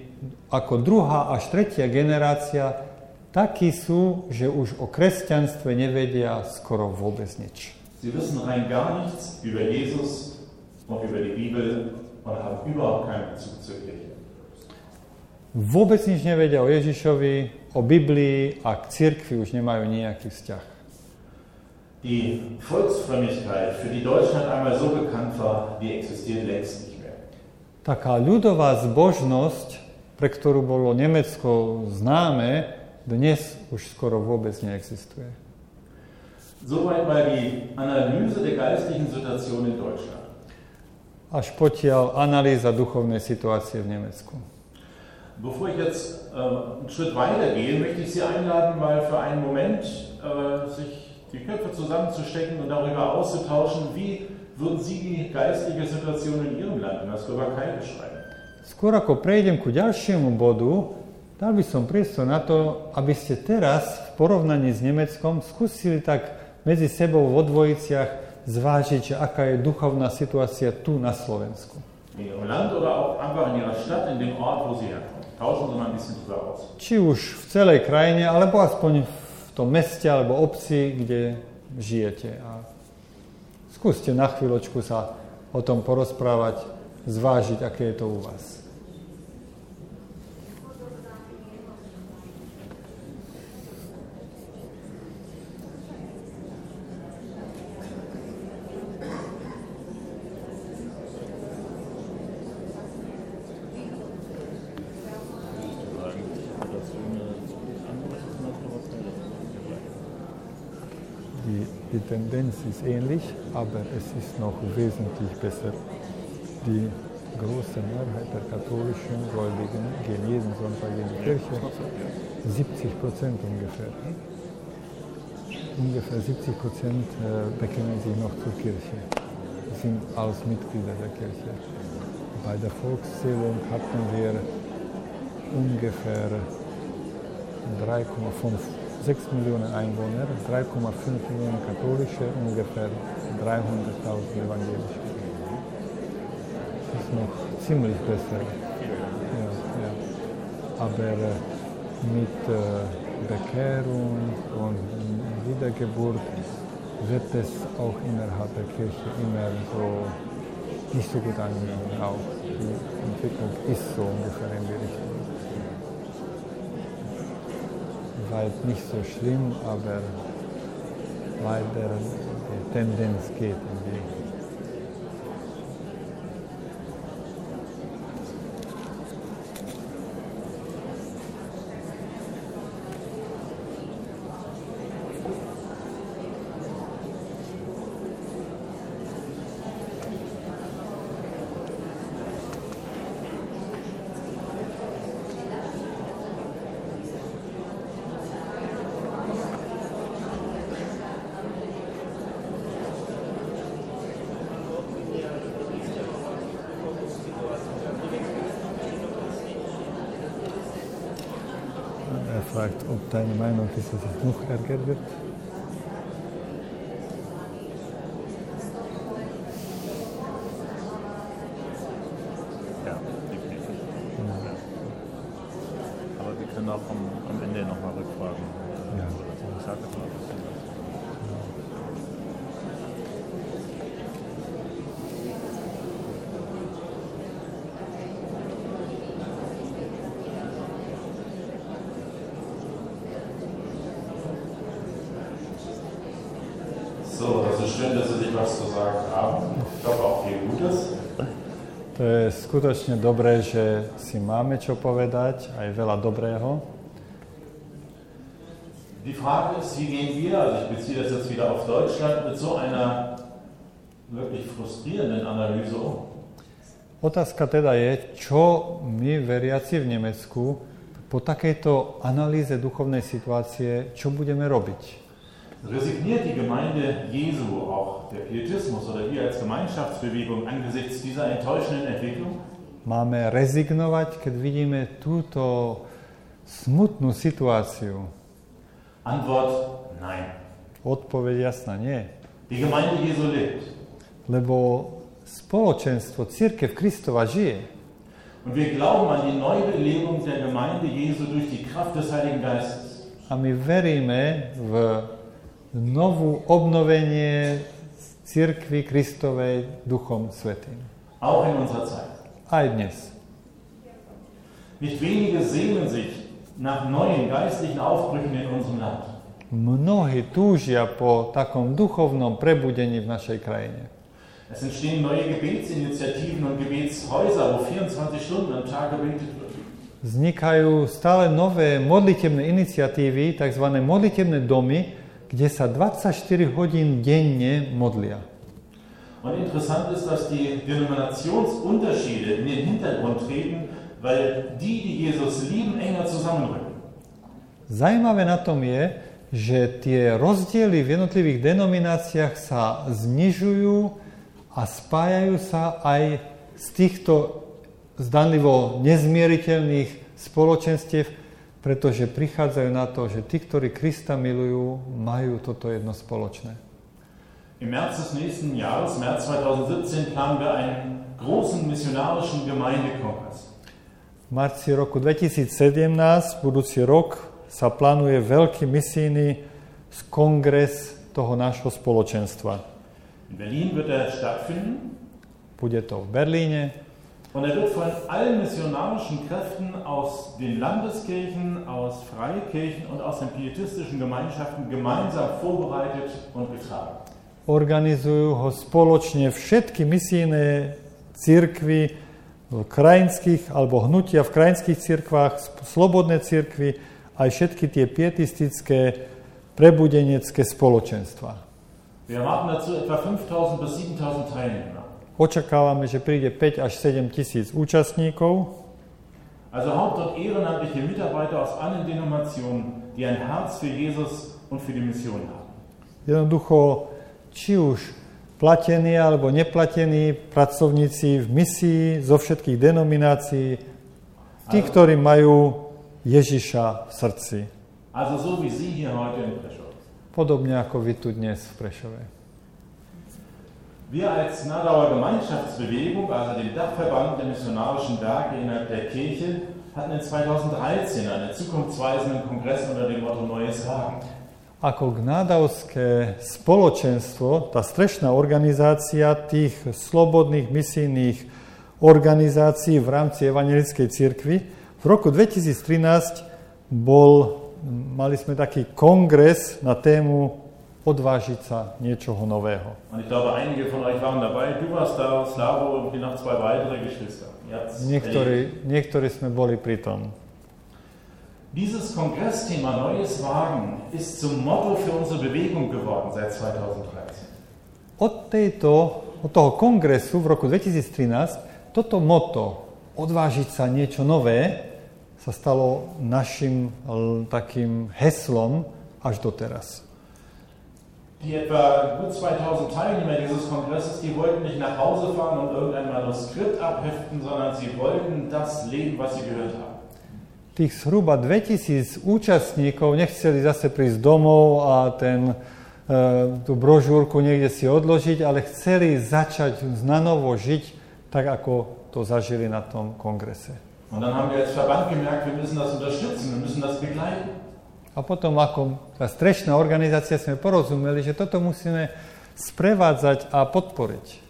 Speaker 1: ako druhá až tretia generácia, takí sú, že už o kresťanstve nevedia skoro vôbec nič.
Speaker 2: Sie wissen rein gar nichts über Jesus noch über die Bibel und haben überhaupt keinen Bezug zur Kirche.
Speaker 1: Vôbec nič nevedia o Ježišovi, o Biblii a k cirkvi už nemajú nejaký vzťah.
Speaker 2: Die Volksfrömmigkeit, für die Deutschland einmal so bekannt war, die existiert längst nicht mehr.
Speaker 1: Taká ľudová zbožnosť, pre ktorú bolo Nemecko známe, dnes už skoro vôbec neexistuje.
Speaker 2: Soweit mal die Analyse der geistlichen Situation in Deutschland.
Speaker 1: Až potiaľ analýza duchovnej situácie v Nemecku.
Speaker 2: Bevor ich jetzt ähm, einen Schritt weiter gehe, möchte ich Sie einladen, mal für einen Moment äh, sich die Köpfe zusammenzustecken und darüber auszutauschen, wie würden Sie die geistliche Situation in Ihrem Land, in der Slowakei, beschreiben?
Speaker 1: Skôr ako prejdem ku ďalšiemu bodu, dal by som priestor na to, aby ste teraz v porovnaní s Nemeckom skúsili tak medzi sebou vo dvojiciach zvážiť, že aká je duchovná situácia tu na Slovensku.
Speaker 2: In Ihrem Land oder auch einfach in Ihrer Stadt, in dem Ort, wo Sie herkommen? Tauschen Sie mal ein bisschen drüber aus.
Speaker 1: Či už v celej krajine, alebo aspoň v tom meste alebo obci, kde žijete. A skúste na chvíľočku sa o tom porozprávať, zvážiť, aké je to u vás. Die, die Tendenz ist ähnlich, aber es ist noch wesentlich besser. Die große Mehrheit der katholischen Gläubigen gehen jeden Sonntag in die Kirche, 70 Prozent ungefähr. Ungefähr 70 Prozent äh, bekennen sich noch zur Kirche, sind als Mitglieder der Kirche. Bei der Volkszählung hatten wir ungefähr 3,5, 6 Millionen Einwohner, 3,5 Millionen katholische, ungefähr 300.000 evangelische. Das ist noch ziemlich besser. Ja, ja. Aber äh, mit äh, Bekehrung und Wiedergeburt wird es auch innerhalb der Kirche immer so nicht so gut angenommen. Auch die Entwicklung ist so ungefähr in die Richtung. Weit nicht so schlimm, aber leider die Tendenz geht in die Richtung. Er fragt, ob deine Meinung ist, dass es noch ärger wird.
Speaker 3: Ja, definitiv. Ja. Aber wir können auch am, am Ende nochmal rückfragen.
Speaker 1: Ja.
Speaker 3: Ich sage jetzt mal ein bisschen was.
Speaker 2: So, das ist schön, dass Sie sich was zu sagen haben. Ich glaube auch viel Gutes.
Speaker 1: To je skutočne dobré, že si máme čo povedať, aj veľa dobrého.
Speaker 2: Die Frage ist, wie gehen wir, also ich beziehe das jetzt wieder auf Deutschland, mit so einer wirklich frustrierenden Analyse um?
Speaker 1: Otázka teda je, čo my veriaci v Nemecku po takejto analýze duchovnej situácie, čo budeme robiť?
Speaker 2: Resigniert die Gemeinde Jesu, auch der Pietismus oder wir als Gemeinschaftsbewegung angesichts dieser enttäuschenden Entwicklung?
Speaker 1: Máme rezignovať, keď vidíme túto smutnú situáciu?
Speaker 2: Antwort, nein.
Speaker 1: Odpoveď jasná, nie.
Speaker 2: Die Gemeinde Jesu lebt.
Speaker 1: Lebo spoločenstvo, církev Kristova žije.
Speaker 2: Und wir glauben an die Neubelebung der Gemeinde Jesu durch die Kraft des Heiligen Geistes.
Speaker 1: A my veríme v novú obnovenie Cirkvi Kristovej Duchom Svetým.
Speaker 2: auch in unserer Zeit.
Speaker 1: Aj dnes.
Speaker 2: Nicht wenige sehnen sich nach neuen geistlichen Aufbrüchen in unserem Land.
Speaker 1: Mnohí túžia po takom duchovnom prebudení v našej krajine.
Speaker 2: Es entstehen neue Gebetsinitiativen und Gebetshäuser, wo 24 Stunden am Tag gebetet wird.
Speaker 1: Vznikajú stále nové modlitebné iniciatívy, tzv. modlitebné domy, kde sa 24 hodín denne modlia.
Speaker 2: Und interessant ist, dass die Denominationsunterschiede in den Hintergrund treten, weil die, die Jesus lieben, enger zusammenrücken.
Speaker 1: Zajímavé na tom je, že tie rozdiely v jednotlivých denomináciách sa znižujú a spájajú sa aj z týchto zdanlivo nezmieriteľných spoločenstiev, pretože prichádzajú na to, že tí, ktorí Krista milujú, majú toto jedno spoločné.
Speaker 2: Im März des nächsten Jahres, März 2017, planen wir einen großen missionarischen Gemeindekongress.
Speaker 1: V marci roku 2017, budúci rok, sa plánuje veľký misijný kongres toho nášho spoločenstva.
Speaker 2: In Berlin wird er stattfinden
Speaker 1: Bude to v Berlíne
Speaker 2: und er wird von allen missionarischen Kräften aus den Landeskirchen, aus Freikirchen und aus den pietistischen Gemeinschaften gemeinsam vorbereitet und getragen.
Speaker 1: Organizujú ho spoločne všetky misijné církvy v krajinských alebo hnutia v krajinských církvách, sp- slobodné církvy, aj všetky tie pietistické prebudenecké spoločenstva.
Speaker 2: Wir erwarten dazu etwa 5000 bis 7000 Teilnehmer.
Speaker 1: Očakávame, že príde 5 až 7 tisíc účastníkov,
Speaker 2: Also Haupt- und ehrenamtliche Mitarbeiter aus allen Denominationen, die ein Herz für Jesus und für die Mission haben.
Speaker 1: Jednoducho, či už platení alebo neplatení pracovníci v misii zo všetkých denominácií, tí,
Speaker 2: Áno.
Speaker 1: ktorí majú Ježiša v srdci.
Speaker 2: Also so wie Sie hier heute in Preschow.
Speaker 1: Podobne ako vy tu dnes v Prešove.
Speaker 2: Wir als Nadauer Gemeinschaftsbewegung, also dem Dachverband der missionarischen Werke innerhalb der Kirche, hatten in 2013 einen zukunftsweisenden Kongress unter dem Motto Neues Hagen.
Speaker 1: Ako gnádavské spoločenstvo, tá strešná organizácia tých slobodných misijných organizácií v rámci Evangelickej cirkvi, v roku 2013 bol, mali sme taký kongres na tému odvážiť sa niečoho nového.
Speaker 2: Und ich glaube, einige von euch waren dabei. Du warst da, Slavo und noch zwei weitere Geschwister. Ihr habt's erlebt.
Speaker 1: Niektorí, niektorí sme boli pri tom.
Speaker 2: Dieses Kongressthema Neues Wagen ist zum Motto für unsere Bewegung geworden seit 2013.
Speaker 1: Od, tejto, od toho kongresu v roku 2013 toto moto odvážiť sa niečo nové sa stalo našim l, takým heslom až doteraz.
Speaker 2: Die etwa gut 2000 Teilnehmer dieses Kongresses, die wollten nicht nach Hause fahren und irgendein Manuskript abheften, sondern sie wollten das leben, was sie gehört haben.
Speaker 1: Tých zhruba 2000 účastníkov nechceli zase prísť domov a ten, e, tú brožúrku niekde si odložiť, ale chceli začať znanovo žiť tak, ako to zažili na tom kongrese.
Speaker 2: Und dann haben wir als Verband gemerkt, wir müssen das unterstützen, wir müssen das begleiten.
Speaker 1: A potom ako tá strešná organizácia sme porozumeli, že toto musíme sprevádzať a podporiť.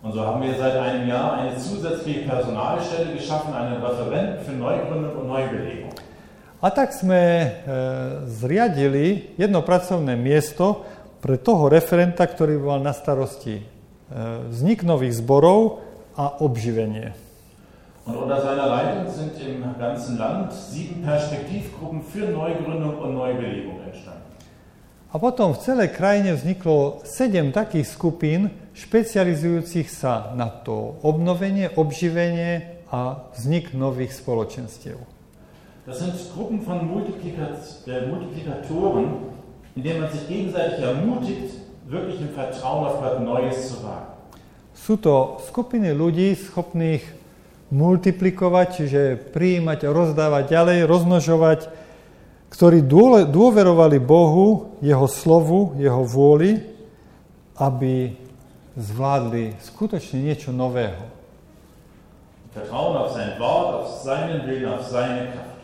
Speaker 2: Und so haben wir seit einem Jahr eine zusätzliche Personalstelle geschaffen, einen Referenten für Neugründung und Neubelegung.
Speaker 1: A tak sme e, zriadili jedno pracovné miesto pre toho referenta, ktorý mal na starosti e, vznik nových zborov a obživenie.
Speaker 2: Und unter seiner Leitung sind im ganzen Land sieben Perspektivgruppen für Neugründung und Neubelebung entstanden.
Speaker 1: A potom v celej krajine vzniklo 7 takých skupín, špecializujúcich sa na to obnovenie, obživenie a vznik nových spoločenstiev.
Speaker 2: Das sind Gruppen von Multiplikat äh, Multiplikatoren, indem man sich gegenseitig ermutigt, wirklich im Vertrauen auf Gott Neues zu wagen.
Speaker 1: Sú to skupiny ľudí schopných multiplikovať, čiže prijímať, rozdávať ďalej, rozmnožovať, ktorí dôle- dôverovali Bohu, Jeho slovu, Jeho vôli, aby zvládli skutočne niečo nového.
Speaker 2: Vertrauen auf sein Wort, auf seinen Willen, auf seine Kraft.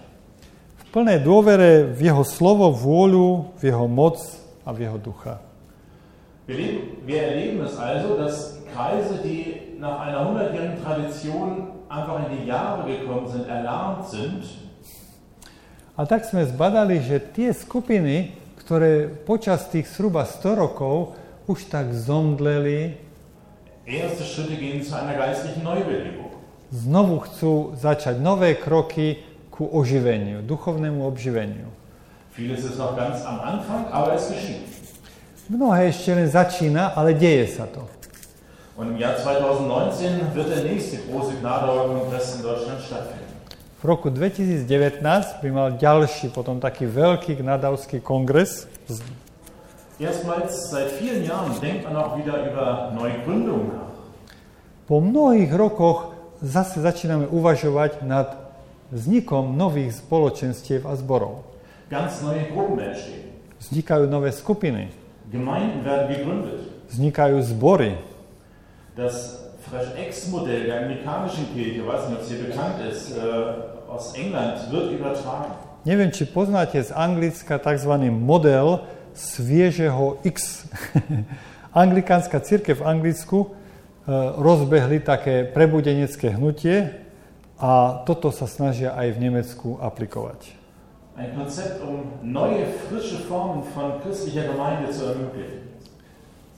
Speaker 1: V plnej dôvere v Jeho slovo, vôľu, v Jeho moc a v Jeho ducha.
Speaker 2: Wir, leben, wir erleben es also, dass Kreise, die nach einer hundertjährigen Tradition einfach in die Jahre gekommen sind, erlahmt sind,
Speaker 1: A tak sme zbadali, že tie skupiny, ktoré počas tých zhruba 100 rokov už tak zomdleli,
Speaker 2: erste Schritte gehen zu einer geistlichen Neubelebung.
Speaker 1: znovu chcú začať nové kroky ku oživeniu, duchovnému obživeniu.
Speaker 2: Vieles ist noch ganz am Anfang, aber es geschieht.
Speaker 1: Mnohé ešte len začína, ale deje sa to.
Speaker 2: Und im Jahr 2019 wird der nächste große Gnadauer-Kongress in Deutschland stattfinden.
Speaker 1: V roku 2019 by mal ďalší potom taký veľký gnadavský kongres.
Speaker 2: Erstmals seit vielen Jahren denkt man auch wieder über Neugründung nach.
Speaker 1: Po mnohých rokoch zase začíname uvažovať nad vznikom nových spoločenstiev a zborov.
Speaker 2: Ganz neue Gruppen entstehen.
Speaker 1: Vznikajú nové skupiny,
Speaker 2: Gemeinden werden gegründet.
Speaker 1: vznikajú zbory.
Speaker 2: Das Fresh X-Modell der amerikanischen Kirche, weiß nicht, ob es hier bekannt ist, äh, aus England wird übertragen.
Speaker 1: Neviem, či poznáte z Anglicka tzv. model sviežeho X. (laughs) Anglikánska církev v Anglicku e, rozbehli také prebudenecké hnutie a toto sa snažia aj v Nemecku aplikovať.
Speaker 2: Ein Konzept, um neue, frische Formen von christlicher Gemeinde zu ermöglichen.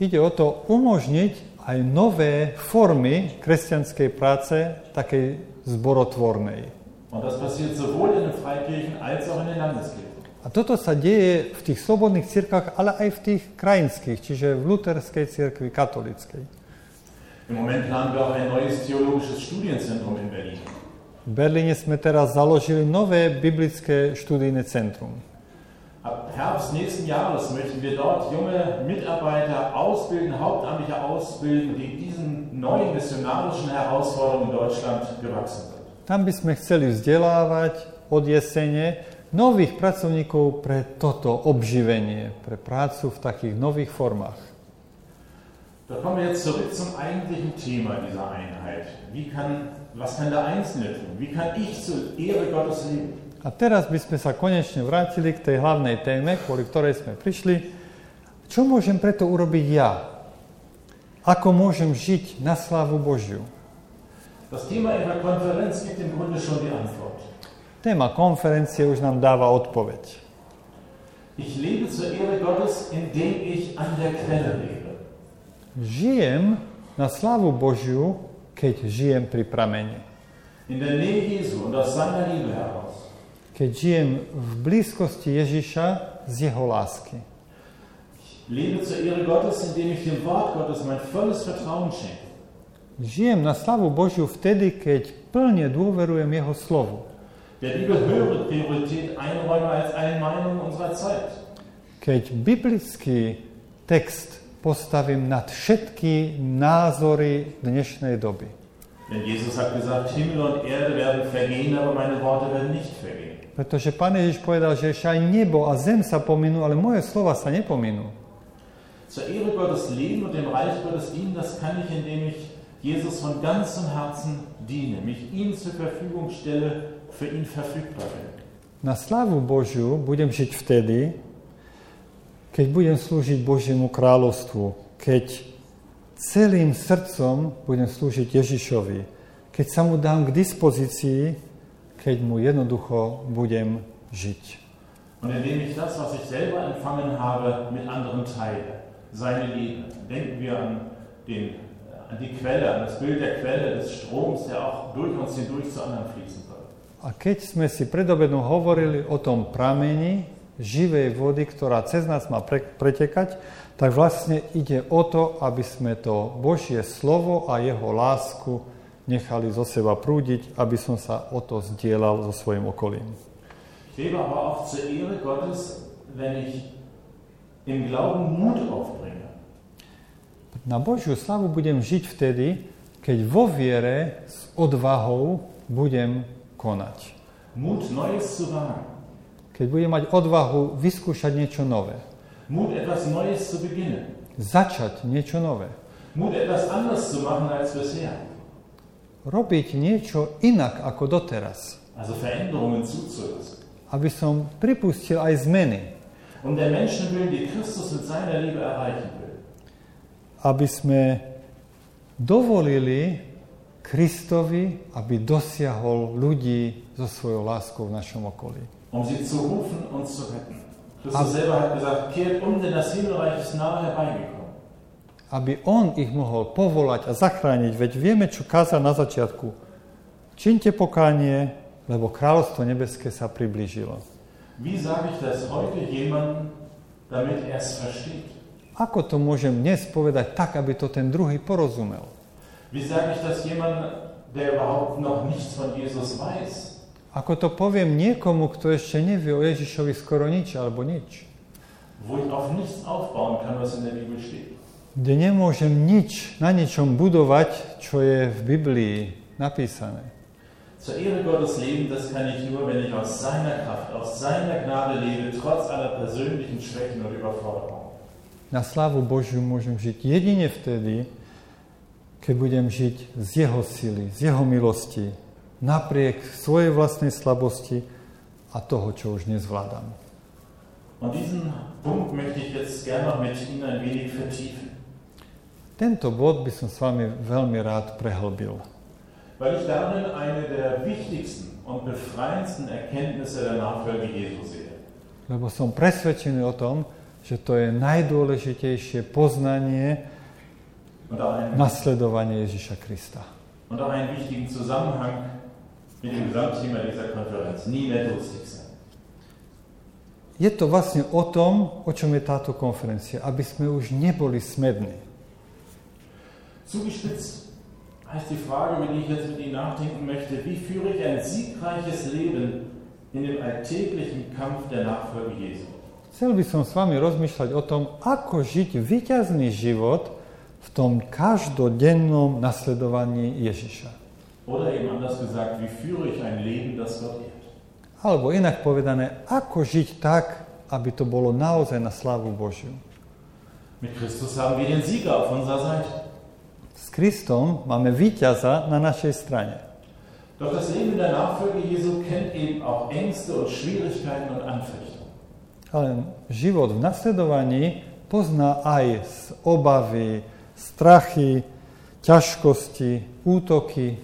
Speaker 1: Ide o to umožniť aj nové formy kresťanskej práce, takej zborotvornej.
Speaker 2: Und das passiert sowohl in den Freikirchen als auch in den Landeskirchen.
Speaker 1: A toto sa deje v tých slobodných cirkvách, ale aj v tých krajinských, čiže v luterskej cirkvi, katolíckej.
Speaker 2: Im Moment planen wir auch ein neues theologisches Studienzentrum in Berlin.
Speaker 1: V Berlíne sme teraz založili nové biblické študijné centrum.
Speaker 2: Ab Herbst nächsten Jahres möchten wir dort junge Mitarbeiter ausbilden, hauptamtliche ausbilden, die diesen neuen missionarischen Herausforderungen in Deutschland gewachsen sind.
Speaker 1: Tam by sme chceli vzdelávať od jesene nových pracovníkov pre toto obživenie, pre prácu v takých nových formách.
Speaker 2: Da kommen wir jetzt zurück zum eigentlichen Thema dieser Einheit. Wie kann, was kann der Einzelne tun? Wie kann ich zur Ehre Gottes leben?
Speaker 1: A teraz by sme sa konečne vrátili k tej hlavnej téme, kvôli ktorej sme prišli. Čo môžem preto urobiť ja? Ako môžem žiť na slávu Božiu?
Speaker 2: Das Thema Ihrer Konferenz gibt im Grunde schon die Antwort.
Speaker 1: Téma konferencie už nám dáva odpoveď.
Speaker 2: Ich lebe zur Ehre Gottes, indem ich an der Quelle lebe.
Speaker 1: Žijem na slávu Božiu, keď žijem pri pramene.
Speaker 2: In der Nähe Jesu und aus seiner Liebe heraus.
Speaker 1: Keď žijem v blízkosti Ježiša z jeho lásky.
Speaker 2: Lebe zur Ehre Gottes, indem ich dem Wort Gottes mein volles Vertrauen schenke.
Speaker 1: Žijem na slávu Božiu vtedy, keď plne dôverujem jeho slovu.
Speaker 2: Der Bibel höhere Priorität einräume als allen Meinungen unserer Zeit.
Speaker 1: Keď biblický text postavím nad všetky názory dnešnej doby.
Speaker 2: Denn Jesus hat gesagt, Himmel und Erde werden vergehen, aber meine Worte werden nicht vergehen.
Speaker 1: Pretože Pán Ježiš povedal, že ešte aj nebo a zem sa pominú, ale moje slova sa nepominú.
Speaker 2: Zur Ehre Gottes leben und dem Reich Gottes dienen, das kann ich, indem ich Jesus von ganzem Herzen diene, mich ihm zur Verfügung stelle, für ihn verfügbar bin.
Speaker 1: Na slávu Božiu budem žiť vtedy, keď budem slúžiť Božiemu kráľovstvu, keď celým srdcom budem slúžiť Ježišovi, keď sa mu dám k dispozícii, keď mu jednoducho budem žiť.
Speaker 2: Und indem ich das, was ich selber empfangen habe, mit anderen teile. Seine Liebe. Denken wir an, den, äh, an die Quelle, an das Bild der Quelle des Stroms, der auch durch uns hindurch zu anderen fließen soll.
Speaker 1: A keď sme si pred obedom hovorili o tom pramení živej vody, ktorá cez nás má pre, pretekať, tak vlastne ide o to, aby sme to Božie slovo a jeho lásku nechali zo seba prúdiť, aby som sa o to zdieľal so svojim okolím.
Speaker 2: Ich lebe aber auch zur Ehre Gottes, wenn ich im Glauben Mut aufbringe.
Speaker 1: Na Božiu slavu budem žiť vtedy, keď vo viere s odvahou budem konať.
Speaker 2: Mut, Neues zu wagen.
Speaker 1: Keď budem mať odvahu vyskúšať niečo nové,
Speaker 2: Mut, etwas Neues zu beginnen.
Speaker 1: začať niečo nové,
Speaker 2: Mut, etwas anders zu machen als bisher.
Speaker 1: robiť niečo inak ako doteraz,
Speaker 2: Also Veränderungen zuzulassen.
Speaker 1: aby som pripustil aj zmeny,
Speaker 2: Um der Menschen willen, die Christus mit seiner Liebe erreichen will.
Speaker 1: aby sme dovolili Kristovi, aby dosiahol ľudí so svojou láskou v našom okolí.
Speaker 2: um sie zu rufen und zu retten. Christus selber hat gesagt, kehrt um, denn das Himmelreich ist nahe herbeigekommen.
Speaker 1: Aby on ich mohol povolať a zachrániť, veď vieme, čo kázal na začiatku. Činte pokánie, lebo kráľovstvo nebeské sa priblížilo.
Speaker 2: Wie sage ich das heute jemandem, damit er es versteht?
Speaker 1: Ako to môžem dnes povedať tak, aby to ten druhý porozumel?
Speaker 2: Wie sage ich das jemandem, der überhaupt noch nichts von Jesus weiß?
Speaker 1: Ako to poviem niekomu, kto ešte nevie o Ježišovi skoro nič alebo nič?
Speaker 2: Wo ich auf nichts aufbauen kann, was in der Bibel steht.
Speaker 1: Kde nemôžem nič na ničom budovať, čo je v Biblii napísané.
Speaker 2: Zur Ehre Gottes leben, das kann ich nur, wenn ich aus seiner Kraft, aus seiner Gnade lebe, trotz aller persönlichen Schwächen und Überforderungen.
Speaker 1: Na slávu Božiu môžem žiť jedine vtedy, keď budem žiť z Jeho sily, z Jeho milosti, napriek svojej vlastnej slabosti a toho, čo už nezvládam.
Speaker 2: Und diesen Punkt möchte ich jetzt gerne noch mit Ihnen ein wenig vertiefen.
Speaker 1: Tento bod by som s vami veľmi rád prehlbil.
Speaker 2: weil ich darin eine der wichtigsten und befreiendsten Erkenntnisse der Nachfolge Jesu sehe.
Speaker 1: Lebo som presvedčený o tom, že to je najdôležitejšie poznanie
Speaker 2: Und auch einen,
Speaker 1: nasledovanie Ježiša Krista.
Speaker 2: und auch einen wichtigen Zusammenhang mit dem Gesamtthema dieser Konferenz. Nie nettolustig sein.
Speaker 1: Je to vlastne o tom, o čom je táto konferencia, aby sme už neboli smední.
Speaker 2: Zugespitzt heißt die Frage, über die ich jetzt mit Ihnen nachdenken möchte, wie führe ich ein siegreiches Leben in dem alltäglichen Kampf der Nachfolge Jesu?
Speaker 1: Chcel by som s vami rozmýšľať o tom, ako žiť výťazný život v tom každodennom nasledovaní Ježiša.
Speaker 2: Oder eben anders gesagt, wie führe ich ein Leben, das Gott ehrt?
Speaker 1: Alebo inak povedané, ako žiť tak, aby to bolo naozaj na slávu Božiu.
Speaker 2: Mit Christus haben wir den Sieger auf unserer Seite.
Speaker 1: S Kristom máme víťaza na našej strane.
Speaker 2: Doch das Leben in der Nachfolge Jesu kennt eben auch Ängste und Schwierigkeiten und Anfechtungen.
Speaker 1: Ale život v nasledovaní pozná aj z obavy, strachy, ťažkosti, útoky.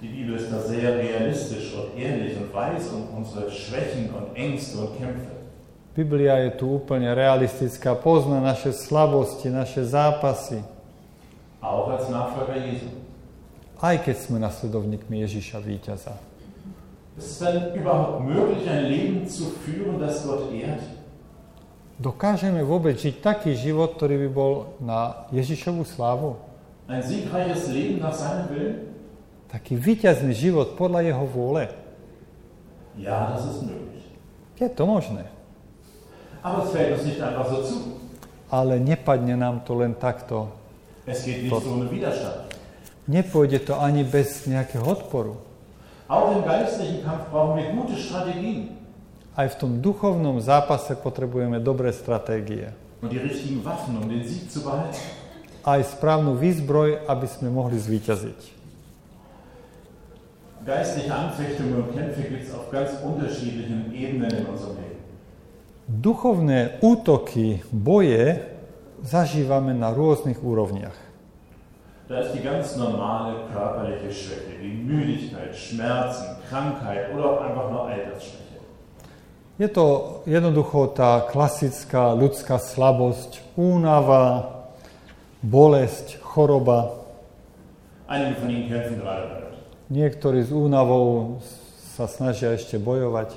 Speaker 2: Die Bibel ist da sehr realistisch und ehrlich und weiß um unsere Schwächen und Ängste und Kämpfe.
Speaker 1: Biblia je tu úplne realistická, pozná naše slabosti, naše zápasy,
Speaker 2: Auch als Nachfolger Jesu.
Speaker 1: aj keď sme nasledovníkmi Ježiša víťaza.
Speaker 2: Ist es dann überhaupt möglich, ein Leben zu führen, das Gott ehrt?
Speaker 1: Dokážeme vôbec žiť taký život, ktorý by bol na Ježišovu slávu?
Speaker 2: Ein siegreiches Leben nach seinem Willen?
Speaker 1: Taký víťazný život podľa jeho vôle?
Speaker 2: Ja, das ist möglich.
Speaker 1: Je to možné,
Speaker 2: Aber es fällt uns nicht einfach so zu.
Speaker 1: ale nepadne nám to len takto
Speaker 2: Es geht nicht so ohne Widerstand.
Speaker 1: Nepôjde to ani bez nejakého odporu.
Speaker 2: Auch im geistlichen Kampf brauchen wir gute Strategien
Speaker 1: Aj v tom duchovnom zápase potrebujeme dobré stratégie.
Speaker 2: und die richtigen Waffen, um den Sieg zu behalten.
Speaker 1: Aj správnu výzbroj, aby sme mohli zvíťaziť.
Speaker 2: Geistliche Anfechtungen und Kämpfe gibt es auf ganz unterschiedlichen Ebenen in unserem Leben.
Speaker 1: Duchovné útoky, boje zažívame na rôznych úrovniach.
Speaker 2: Da ist die ganz normale körperliche Schwäche, wie Müdigkeit, Schmerzen, Krankheit oder auch einfach nur Altersschwäche.
Speaker 1: Je to jednoducho tá klasická ľudská slabosť, únava, bolesť, choroba.
Speaker 2: Einige von Ihnen kämpfen gerade damit.
Speaker 1: Niektorí s únavou sa snažia ešte bojovať.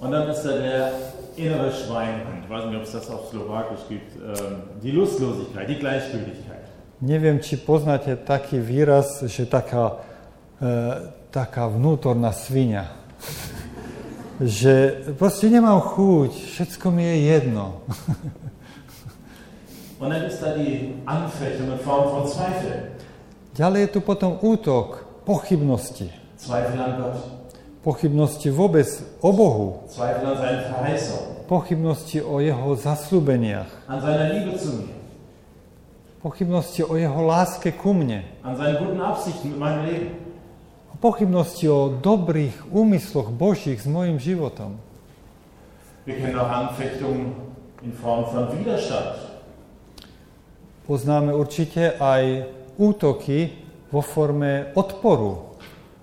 Speaker 2: Und dann ist da der innere Schweinehund. Ich weiß nicht, ob es das auf Slowakisch gibt. Ähm, die Lustlosigkeit, die Gleichgültigkeit.
Speaker 1: Neviem, či poznáte taký výraz, že taká, e, taká vnútorná svinia. (laughs) že proste nemám chuť, všetko mi je jedno.
Speaker 2: Und dann ist da die Anfechtung in Form von Zweifel.
Speaker 1: Ďalej je tu potom útok, pochybnosti.
Speaker 2: Zweifel an Gott,
Speaker 1: Pochybnosti vôbec o Bohu,
Speaker 2: Zweifel an seinen Verheißungen,
Speaker 1: pochybnosti o jeho zaslúbeniach,
Speaker 2: an seiner Liebe zu mir,
Speaker 1: pochybnosti o jeho láske ku mne,
Speaker 2: an seinen guten Absichten mit meinem Leben.
Speaker 1: pochybnosti o dobrých úmysloch Božích s mojim životom.
Speaker 2: Wir kennen auch Anfechtungen in Form von Widerstand.
Speaker 1: poznáme určite aj útoky vo forme odporu.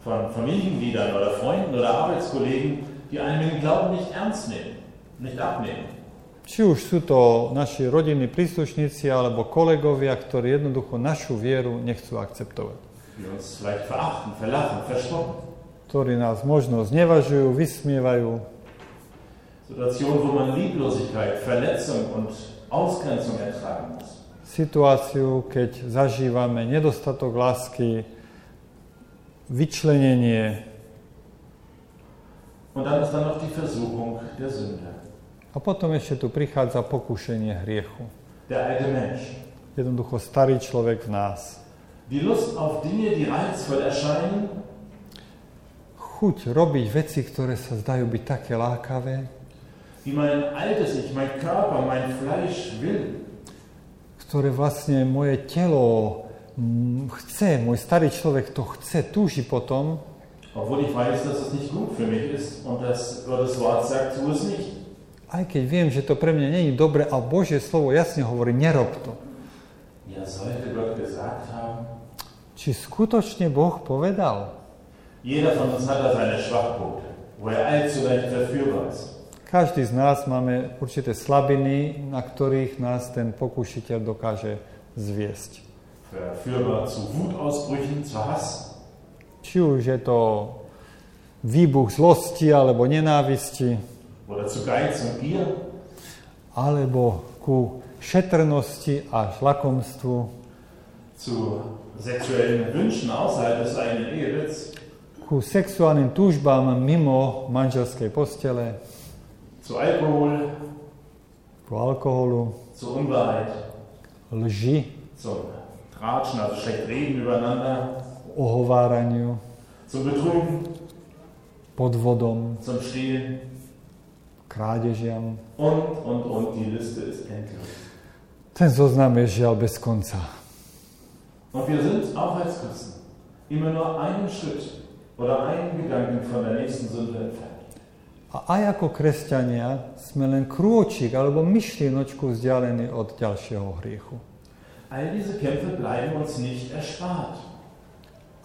Speaker 2: von Familiengliedern oder Freunden oder Arbeitskollegen, die einem den Glauben nicht ernst nehmen, nicht abnehmen.
Speaker 1: Či už sú to naši rodinní príslušníci alebo kolegovia, ktorí jednoducho našu vieru nechcú akceptovať.
Speaker 2: Die uns vielleicht verachten, verlachen, verspotten.
Speaker 1: Ktorí nás možno znevažujú, vysmievajú.
Speaker 2: Situationen, wo man Lieblosigkeit, Verletzung und Ausgrenzung ertragen muss.
Speaker 1: Situáciu, keď zažívame nedostatok lásky, vyčlenenie
Speaker 2: Und dann ist dann noch die Versuchung der Sünde.
Speaker 1: a potom ešte tu prichádza pokušenie hriechu.
Speaker 2: Der alte Mensch.
Speaker 1: Jednoducho starý človek v nás.
Speaker 2: Die Lust auf Dinge, die reizvoll erscheinen,
Speaker 1: Chuť robiť veci, ktoré sa zdajú byť také lákavé,
Speaker 2: die mein altes Ich, mein Körper, mein Fleisch will.
Speaker 1: ktoré vlastne moje telo mm, chce, môj starý človek to chce, túži potom,
Speaker 2: Obwohl ich weiß, dass es nicht gut für mich ist und dass Gottes Wort sagt, tu es nicht.
Speaker 1: aj keď viem, že to pre mňa není dobre a Božie slovo jasne hovorí, nerob to.
Speaker 2: Ja, sollte Gott gesagt haben,
Speaker 1: Či skutočne Boh povedal?
Speaker 2: Jeder von uns hat da seine Schwachpunkte, wo er allzu leicht verführbar ist.
Speaker 1: Každý z nás máme určité slabiny, na ktorých nás ten pokušiteľ dokáže zviesť.
Speaker 2: Verführbar zu Wutausbrüchen, zu Hass,
Speaker 1: Či už je to výbuch zlosti alebo nenávisti,
Speaker 2: oder zu Geiz und Gier,
Speaker 1: alebo ku šetrnosti a lakomstvu,
Speaker 2: zu sexuellen Wünschen außerhalb des eigenen Ehebetts,
Speaker 1: ku sexuálnym túžbám mimo manželskej postele,
Speaker 2: zu Alkohol,
Speaker 1: ku alkoholu,
Speaker 2: zu Unwahrheit,
Speaker 1: lži,
Speaker 2: zum Tratschen, also schlecht reden übereinander,
Speaker 1: ohováraniu,
Speaker 2: zum Betrügen,
Speaker 1: podvodom,
Speaker 2: zum Stehlen
Speaker 1: krádežiam.
Speaker 2: und, und, und. Die Liste ist endlos.
Speaker 1: Ten zoznam je žiaľ bez konca.
Speaker 2: Und wir sind auch als Christen immer nur einen Schritt oder einen Gedanken von der nächsten Sünde entfernt.
Speaker 1: A aj ako kresťania sme len krôčik alebo myšlienočku vzdialení od ďalšieho hriechu.
Speaker 2: All diese Kämpfe bleiben uns nicht erspart.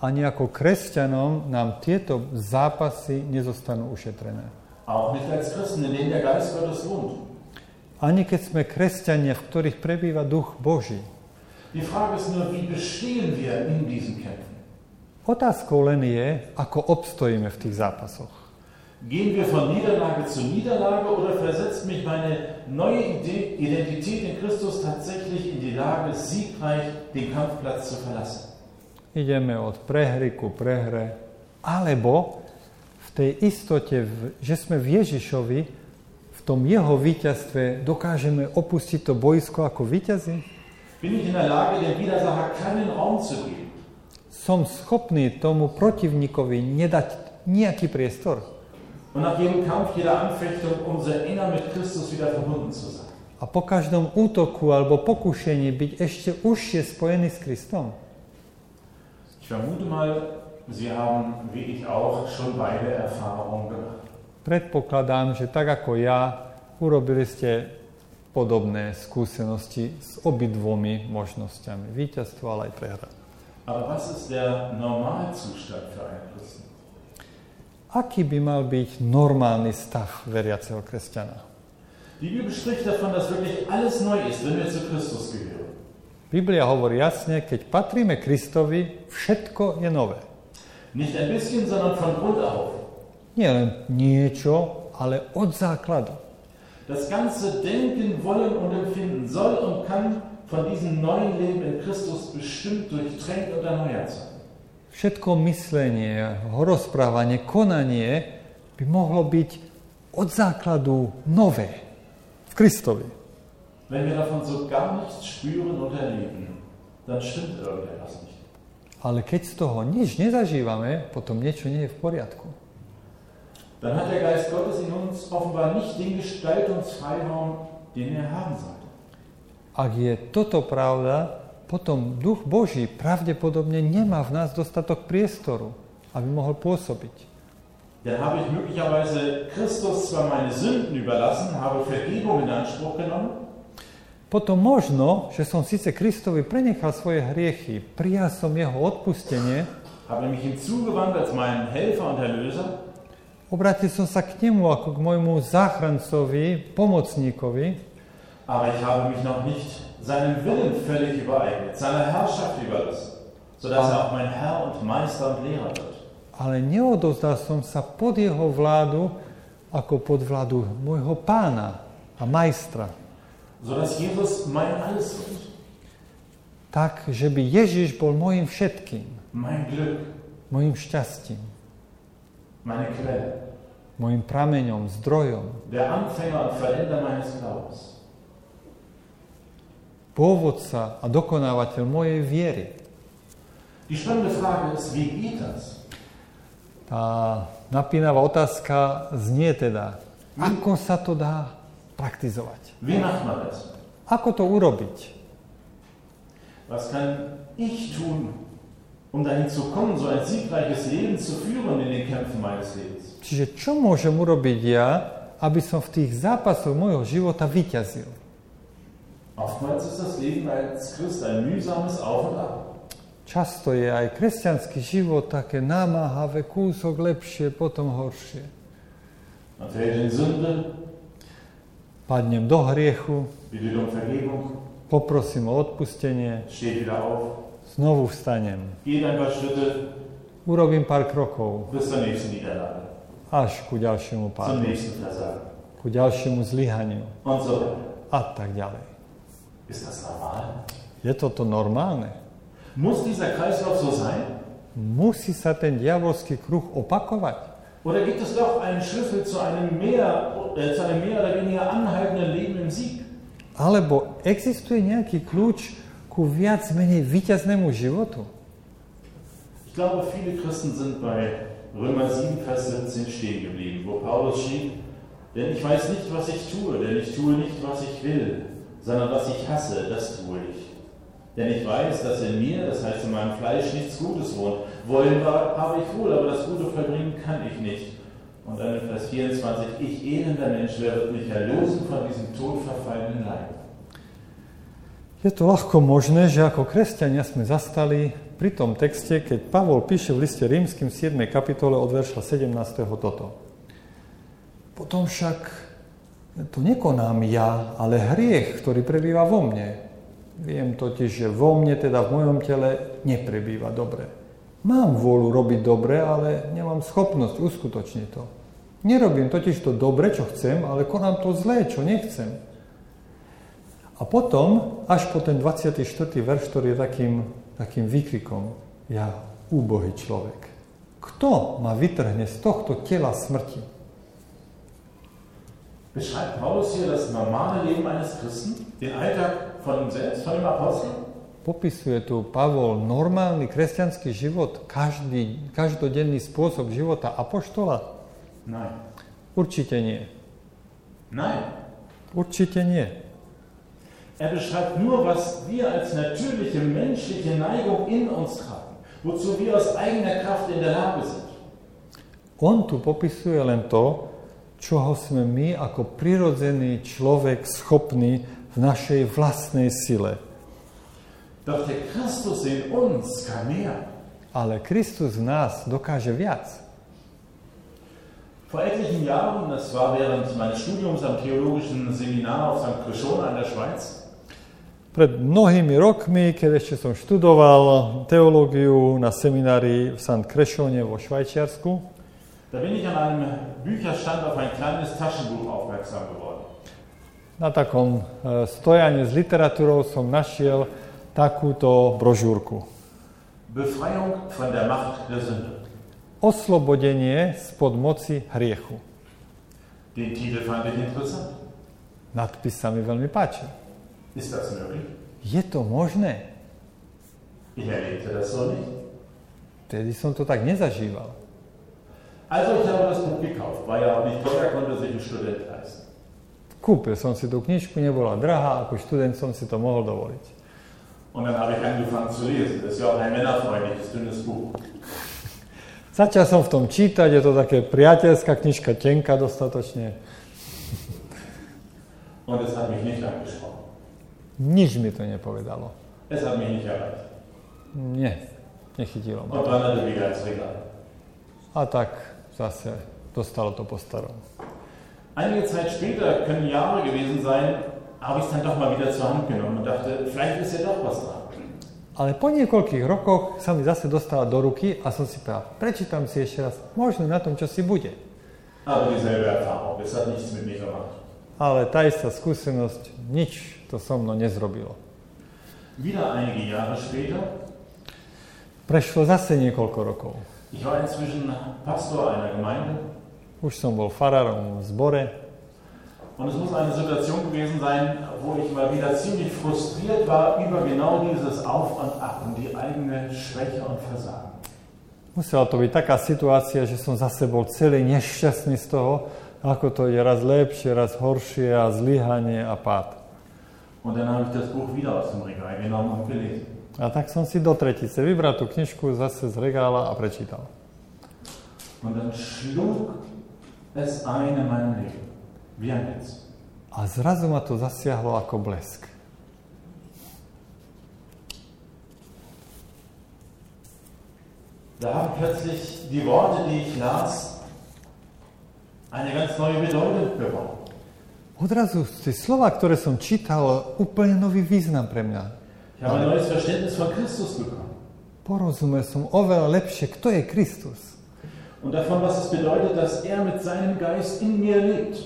Speaker 1: Ani ako kresťanom nám tieto zápasy nezostanú ušetrené.
Speaker 2: Auch nicht als Christen, in denen der Geist Gottes wohnt.
Speaker 1: Ani keď sme kresťania, v ktorých prebýva duch Boží.
Speaker 2: Die Frage ist nur, wie bestehen wir in diesen Kämpfen?
Speaker 1: Otázkou len je, ako obstojíme v tých zápasoch.
Speaker 2: Gehen wir von Niederlage zu Niederlage oder versetzt mich meine neue Idee, Identität in Christus tatsächlich in die Lage, siegreich den Kampfplatz zu verlassen?
Speaker 1: Ideme od prehry ku prehre, alebo v tej istote, v- že sme v Ježišovi, v tom jeho víťazstve dokážeme opustiť to boisko ako víťazi?
Speaker 2: Bin ich in der Lage, dem Widersacher keinen Raum zu geben?
Speaker 1: Som schopný tomu protivníkovi nedať nejaký priestor
Speaker 2: Und nach jedem Kampf, jeder Anfechtung, umso enger mit Christus wieder verbunden zu sein.
Speaker 1: a po každom útoku alebo pokušení byť ešte užšie spojený s Kristom?
Speaker 2: Ich vermute mal, Sie haben, wie ich auch, schon beide Erfahrungen gemacht.
Speaker 1: Predpokladám, že tak ako ja, urobili ste podobné skúsenosti s obidvomi možnosťami. Víťazstvo, ale aj prehra.
Speaker 2: Aber was ist der Normalzustand für einen Christen?
Speaker 1: Aký by mal byť normálny stav veriaceho kresťana?
Speaker 2: Die Bibel spricht davon, dass wirklich alles neu ist, wenn wir zu Christus gehören.
Speaker 1: Biblia hovorí jasne, keď patríme Kristovi, všetko je nové.
Speaker 2: Nicht ein bisschen, sondern von Grund auf.
Speaker 1: Nie len niečo, ale od základu.
Speaker 2: Das ganze Denken, Wollen und Empfinden soll und kann von diesem neuen Leben in Christus bestimmt, durchtränkt und erneuert sein.
Speaker 1: Všetko myslenie, rozprávanie, konanie by mohlo byť od základu nové v Kristovi.
Speaker 2: Wenn wir davon so gar nichts spüren und erleben, dann stimmt irgendetwas nicht.
Speaker 1: Ale keď z toho nič nezažívame, potom niečo nie je v poriadku.
Speaker 2: Dann hat der Geist Gottes in uns offenbar nicht den Gestaltungsfreiraum, den er haben sollte.
Speaker 1: Ak je toto pravda, potom Duch Boží pravdepodobne nemá v nás dostatok priestoru, aby mohol pôsobiť.
Speaker 2: Dann habe ich möglicherweise Christus zwar meine Sünden überlassen, habe Vergebung in Anspruch genommen,
Speaker 1: potom možno, že som síce Kristovi prenechal svoje hriechy, prijal som jeho odpustenie,
Speaker 2: habe mich ihm zugewandt als meinen Helfer und Erlöser
Speaker 1: obrátil som sa k nemu ako k môjmu záchrancovi, pomocníkovi,
Speaker 2: Aber ich habe mich noch nicht seinem Willen völlig übereignet, seiner Herrschaft überlassen, sodass er auch mein Herr und Meister und Lehrer wird.
Speaker 1: ale neodozdal som sa pod jeho vládu ako pod vládu môjho pána a majstra.
Speaker 2: Sodass Jesus mein Alles wird,
Speaker 1: Tak, že by Ježiš bol môjim všetkým,
Speaker 2: mein Glück,
Speaker 1: môjim šťastím,
Speaker 2: meine Quelle,
Speaker 1: môjim prameňom, zdrojom,
Speaker 2: der Anfänger und Vollender meines Glaubens.
Speaker 1: pôvodca a dokonávateľ mojej viery.
Speaker 2: Die spannende Frage ist, wie geht das?
Speaker 1: Tá napínavá otázka znie teda, ako sa to dá praktizovať?
Speaker 2: Wie macht man das?
Speaker 1: Ako to urobiť?
Speaker 2: Was kann ich tun, um dahin zu kommen, so ein siegreiches Leben zu führen in den Kämpfen meines Lebens?
Speaker 1: Čiže čo môžem urobiť ja, aby som v tých zápasoch môjho života vyťazil?
Speaker 2: Oftmals ist das Leben als Christ ein mühsames Auf und Ab.
Speaker 1: Často je aj kresťanský život také námahavé, kúsok lepšie, potom horšie.
Speaker 2: Man fällt in Sünde,
Speaker 1: Padnem do hriechu,
Speaker 2: bittet um Vergebung,
Speaker 1: poprosím o odpustenie,
Speaker 2: steht wieder auf,
Speaker 1: znovu vstanem,
Speaker 2: geht ein paar Schritte
Speaker 1: urobím pár krokov
Speaker 2: bis zur nächsten Niederlage,
Speaker 1: až ku ďalšiemu
Speaker 2: zum
Speaker 1: pádu,
Speaker 2: nächsten Versagen
Speaker 1: ku ďalšiemu zlyhaniu
Speaker 2: und so weiter.
Speaker 1: a tak ďalej.
Speaker 2: Ist das normal?
Speaker 1: Je toto normálne?
Speaker 2: Muss dieser Kreislauf so sein?
Speaker 1: Musí sa ten diabolský kruh opakovať?
Speaker 2: Oder gibt es doch einen Schlüssel zu einem mehr, äh, zu einem mehr oder weniger anhaltenden Leben im Sieg?
Speaker 1: Alebo existuje nejaký kľúč ku viac menej výťaznému životu?
Speaker 2: Ich glaube, viele Christen sind bei Römer 7, Vers 17 stehen geblieben, wo Paulus schrieb, denn ich weiß nicht, was ich tue, denn ich tue nicht, was ich will, sondern was ich hasse, das tue ich. Denn ich weiß, dass in mir, das heißt in meinem Fleisch, nichts Gutes wohnt. Wollen war, habe ich wohl, aber das Gute vollbringen kann ich nicht. Und dann in Vers 24, ich elender Mensch, wer wird mich erlösen von diesem todverfallenen Leib?
Speaker 1: Je to ľahko možné, že ako kresťania sme zastali pri tom texte, keď Pavol píše v liste rímskym 7. kapitole od verša 17. toto. Potom však to nekonám ja, ale hriech, ktorý prebýva vo mne. Viem totiž, že vo mne, teda v mojom tele, neprebýva dobre. Mám vôľu robiť dobre, ale nemám schopnosť uskutočniť to. Nerobím totiž to dobre, čo chcem, ale konám to zlé, čo nechcem. A potom, až po ten 24. verš, ktorý je takým, takým výkrikom, ja úbohý človek. Kto ma vytrhne z tohto tela smrti?
Speaker 2: Beschreibt Paulus hier das normale Leben eines Christen, den Alltag von ihm selbst, von dem Apostel?
Speaker 1: Popisuje tu Pavol normálny kresťanský život, každý, každodenný spôsob života apoštola?
Speaker 2: Nein.
Speaker 1: Určite nie.
Speaker 2: Nein.
Speaker 1: Určite nie.
Speaker 2: Er beschreibt nur, was wir als natürliche menschliche Neigung in uns tragen, wozu wir aus eigener Kraft in der Lage sind.
Speaker 1: On tu popisuje len to, čoho sme my ako prirodzený človek schopní v našej vlastnej sile.
Speaker 2: Doch der Christus in uns kann mehr.
Speaker 1: Ale Kristus v nás dokáže viac.
Speaker 2: Vor etlichen Jahren, das war während meines Studiums am theologischen Seminar auf St. Krishona in der Schweiz,
Speaker 1: Pred mnohými rokmi, keď ešte som študoval teológiu na seminári v St. Krešone vo Švajčiarsku,
Speaker 2: da bin ich an einem Bücherstand auf ein kleines Taschenbuch aufmerksam geworden.
Speaker 1: na takom eh, stojane s literatúrou som našiel takúto brožúrku.
Speaker 2: Befreiung von der Macht der Sünde.
Speaker 1: Oslobodenie spod moci hriechu.
Speaker 2: Den Titel fand ich interessant.
Speaker 1: Nadpis sa mi veľmi páči.
Speaker 2: Ist das möglich?
Speaker 1: Je to možné?
Speaker 2: Ich erlebte das so nicht.
Speaker 1: Vtedy som to tak nezažíval.
Speaker 2: Also ich habe das Buch gekauft, war ja auch nicht teuer, konnte sich ein Student leisten.
Speaker 1: Kúpil som si tú knižku, nebola drahá, ako študent som si to mohol dovoliť.
Speaker 2: Und dann habe ich angefangen zu lesen. Das ist ja auch ein männerfreundliches, dünnes Buch.
Speaker 1: Začal som v tom čítať, je to také priateľská knižka, tenká dostatočne.
Speaker 2: Und es hat mich nicht angesprochen.
Speaker 1: Nič mi to nepovedalo.
Speaker 2: Es hat mich nicht erreicht.
Speaker 1: Nie, nechytilo ma.
Speaker 2: Und wanderte wieder ins Regal.
Speaker 1: A tak zase dostalo to po starom.
Speaker 2: Einige Zeit später, können Jahre gewesen sein, habe ich es dann doch mal wieder zur Hand genommen und dachte, vielleicht ist ja doch was dran.
Speaker 1: Ale po niekoľkých rokoch sa mi zase dostala do ruky a som si povedal, prečítam si ešte raz, možno na tom, čo si bude.
Speaker 2: Aber dieselbe Erfahrung, es hat nichts mit mir gemacht.
Speaker 1: Ale tá istá skúsenosť, nič to so mnou nezrobilo.
Speaker 2: Wieder einige Jahre später,
Speaker 1: Prešlo zase niekoľko rokov.
Speaker 2: ich war inzwischen Pastor einer Gemeinde
Speaker 1: Už som bol farárom v zbore
Speaker 2: und es muss eine Situation gewesen sein, wo ich mal wieder ziemlich frustriert war über genau dieses Auf und Ab und die eigene Schwäche und Versagen.
Speaker 1: Musela to byť taká situácia, že som zase bol celý nešťastný z toho, ako to je raz lepšie, raz horšie a zlyhanie a pád.
Speaker 2: Und dann habe ich das Buch wieder aus dem Regal genommen und gelesen.
Speaker 1: A tak som si do tretice vybral tú knižku zase z regála a prečítal.
Speaker 2: Und dann schlug es ein in mein Leben. Wie ein Blitz.
Speaker 1: A zrazu ma to zasiahlo ako blesk.
Speaker 2: Da haben plötzlich die Worte, die ich las, eine ganz neue Bedeutung bekommen.
Speaker 1: Odrazu tie slova, ktoré som čítal, úplne nový význam pre mňa.
Speaker 2: Ich habe ein neues Verständnis von Christus bekommen.
Speaker 1: Porozumel som oveľa lepšie, kto je Kristus.
Speaker 2: Und davon, was es bedeutet, dass er mit seinem Geist in mir lebt.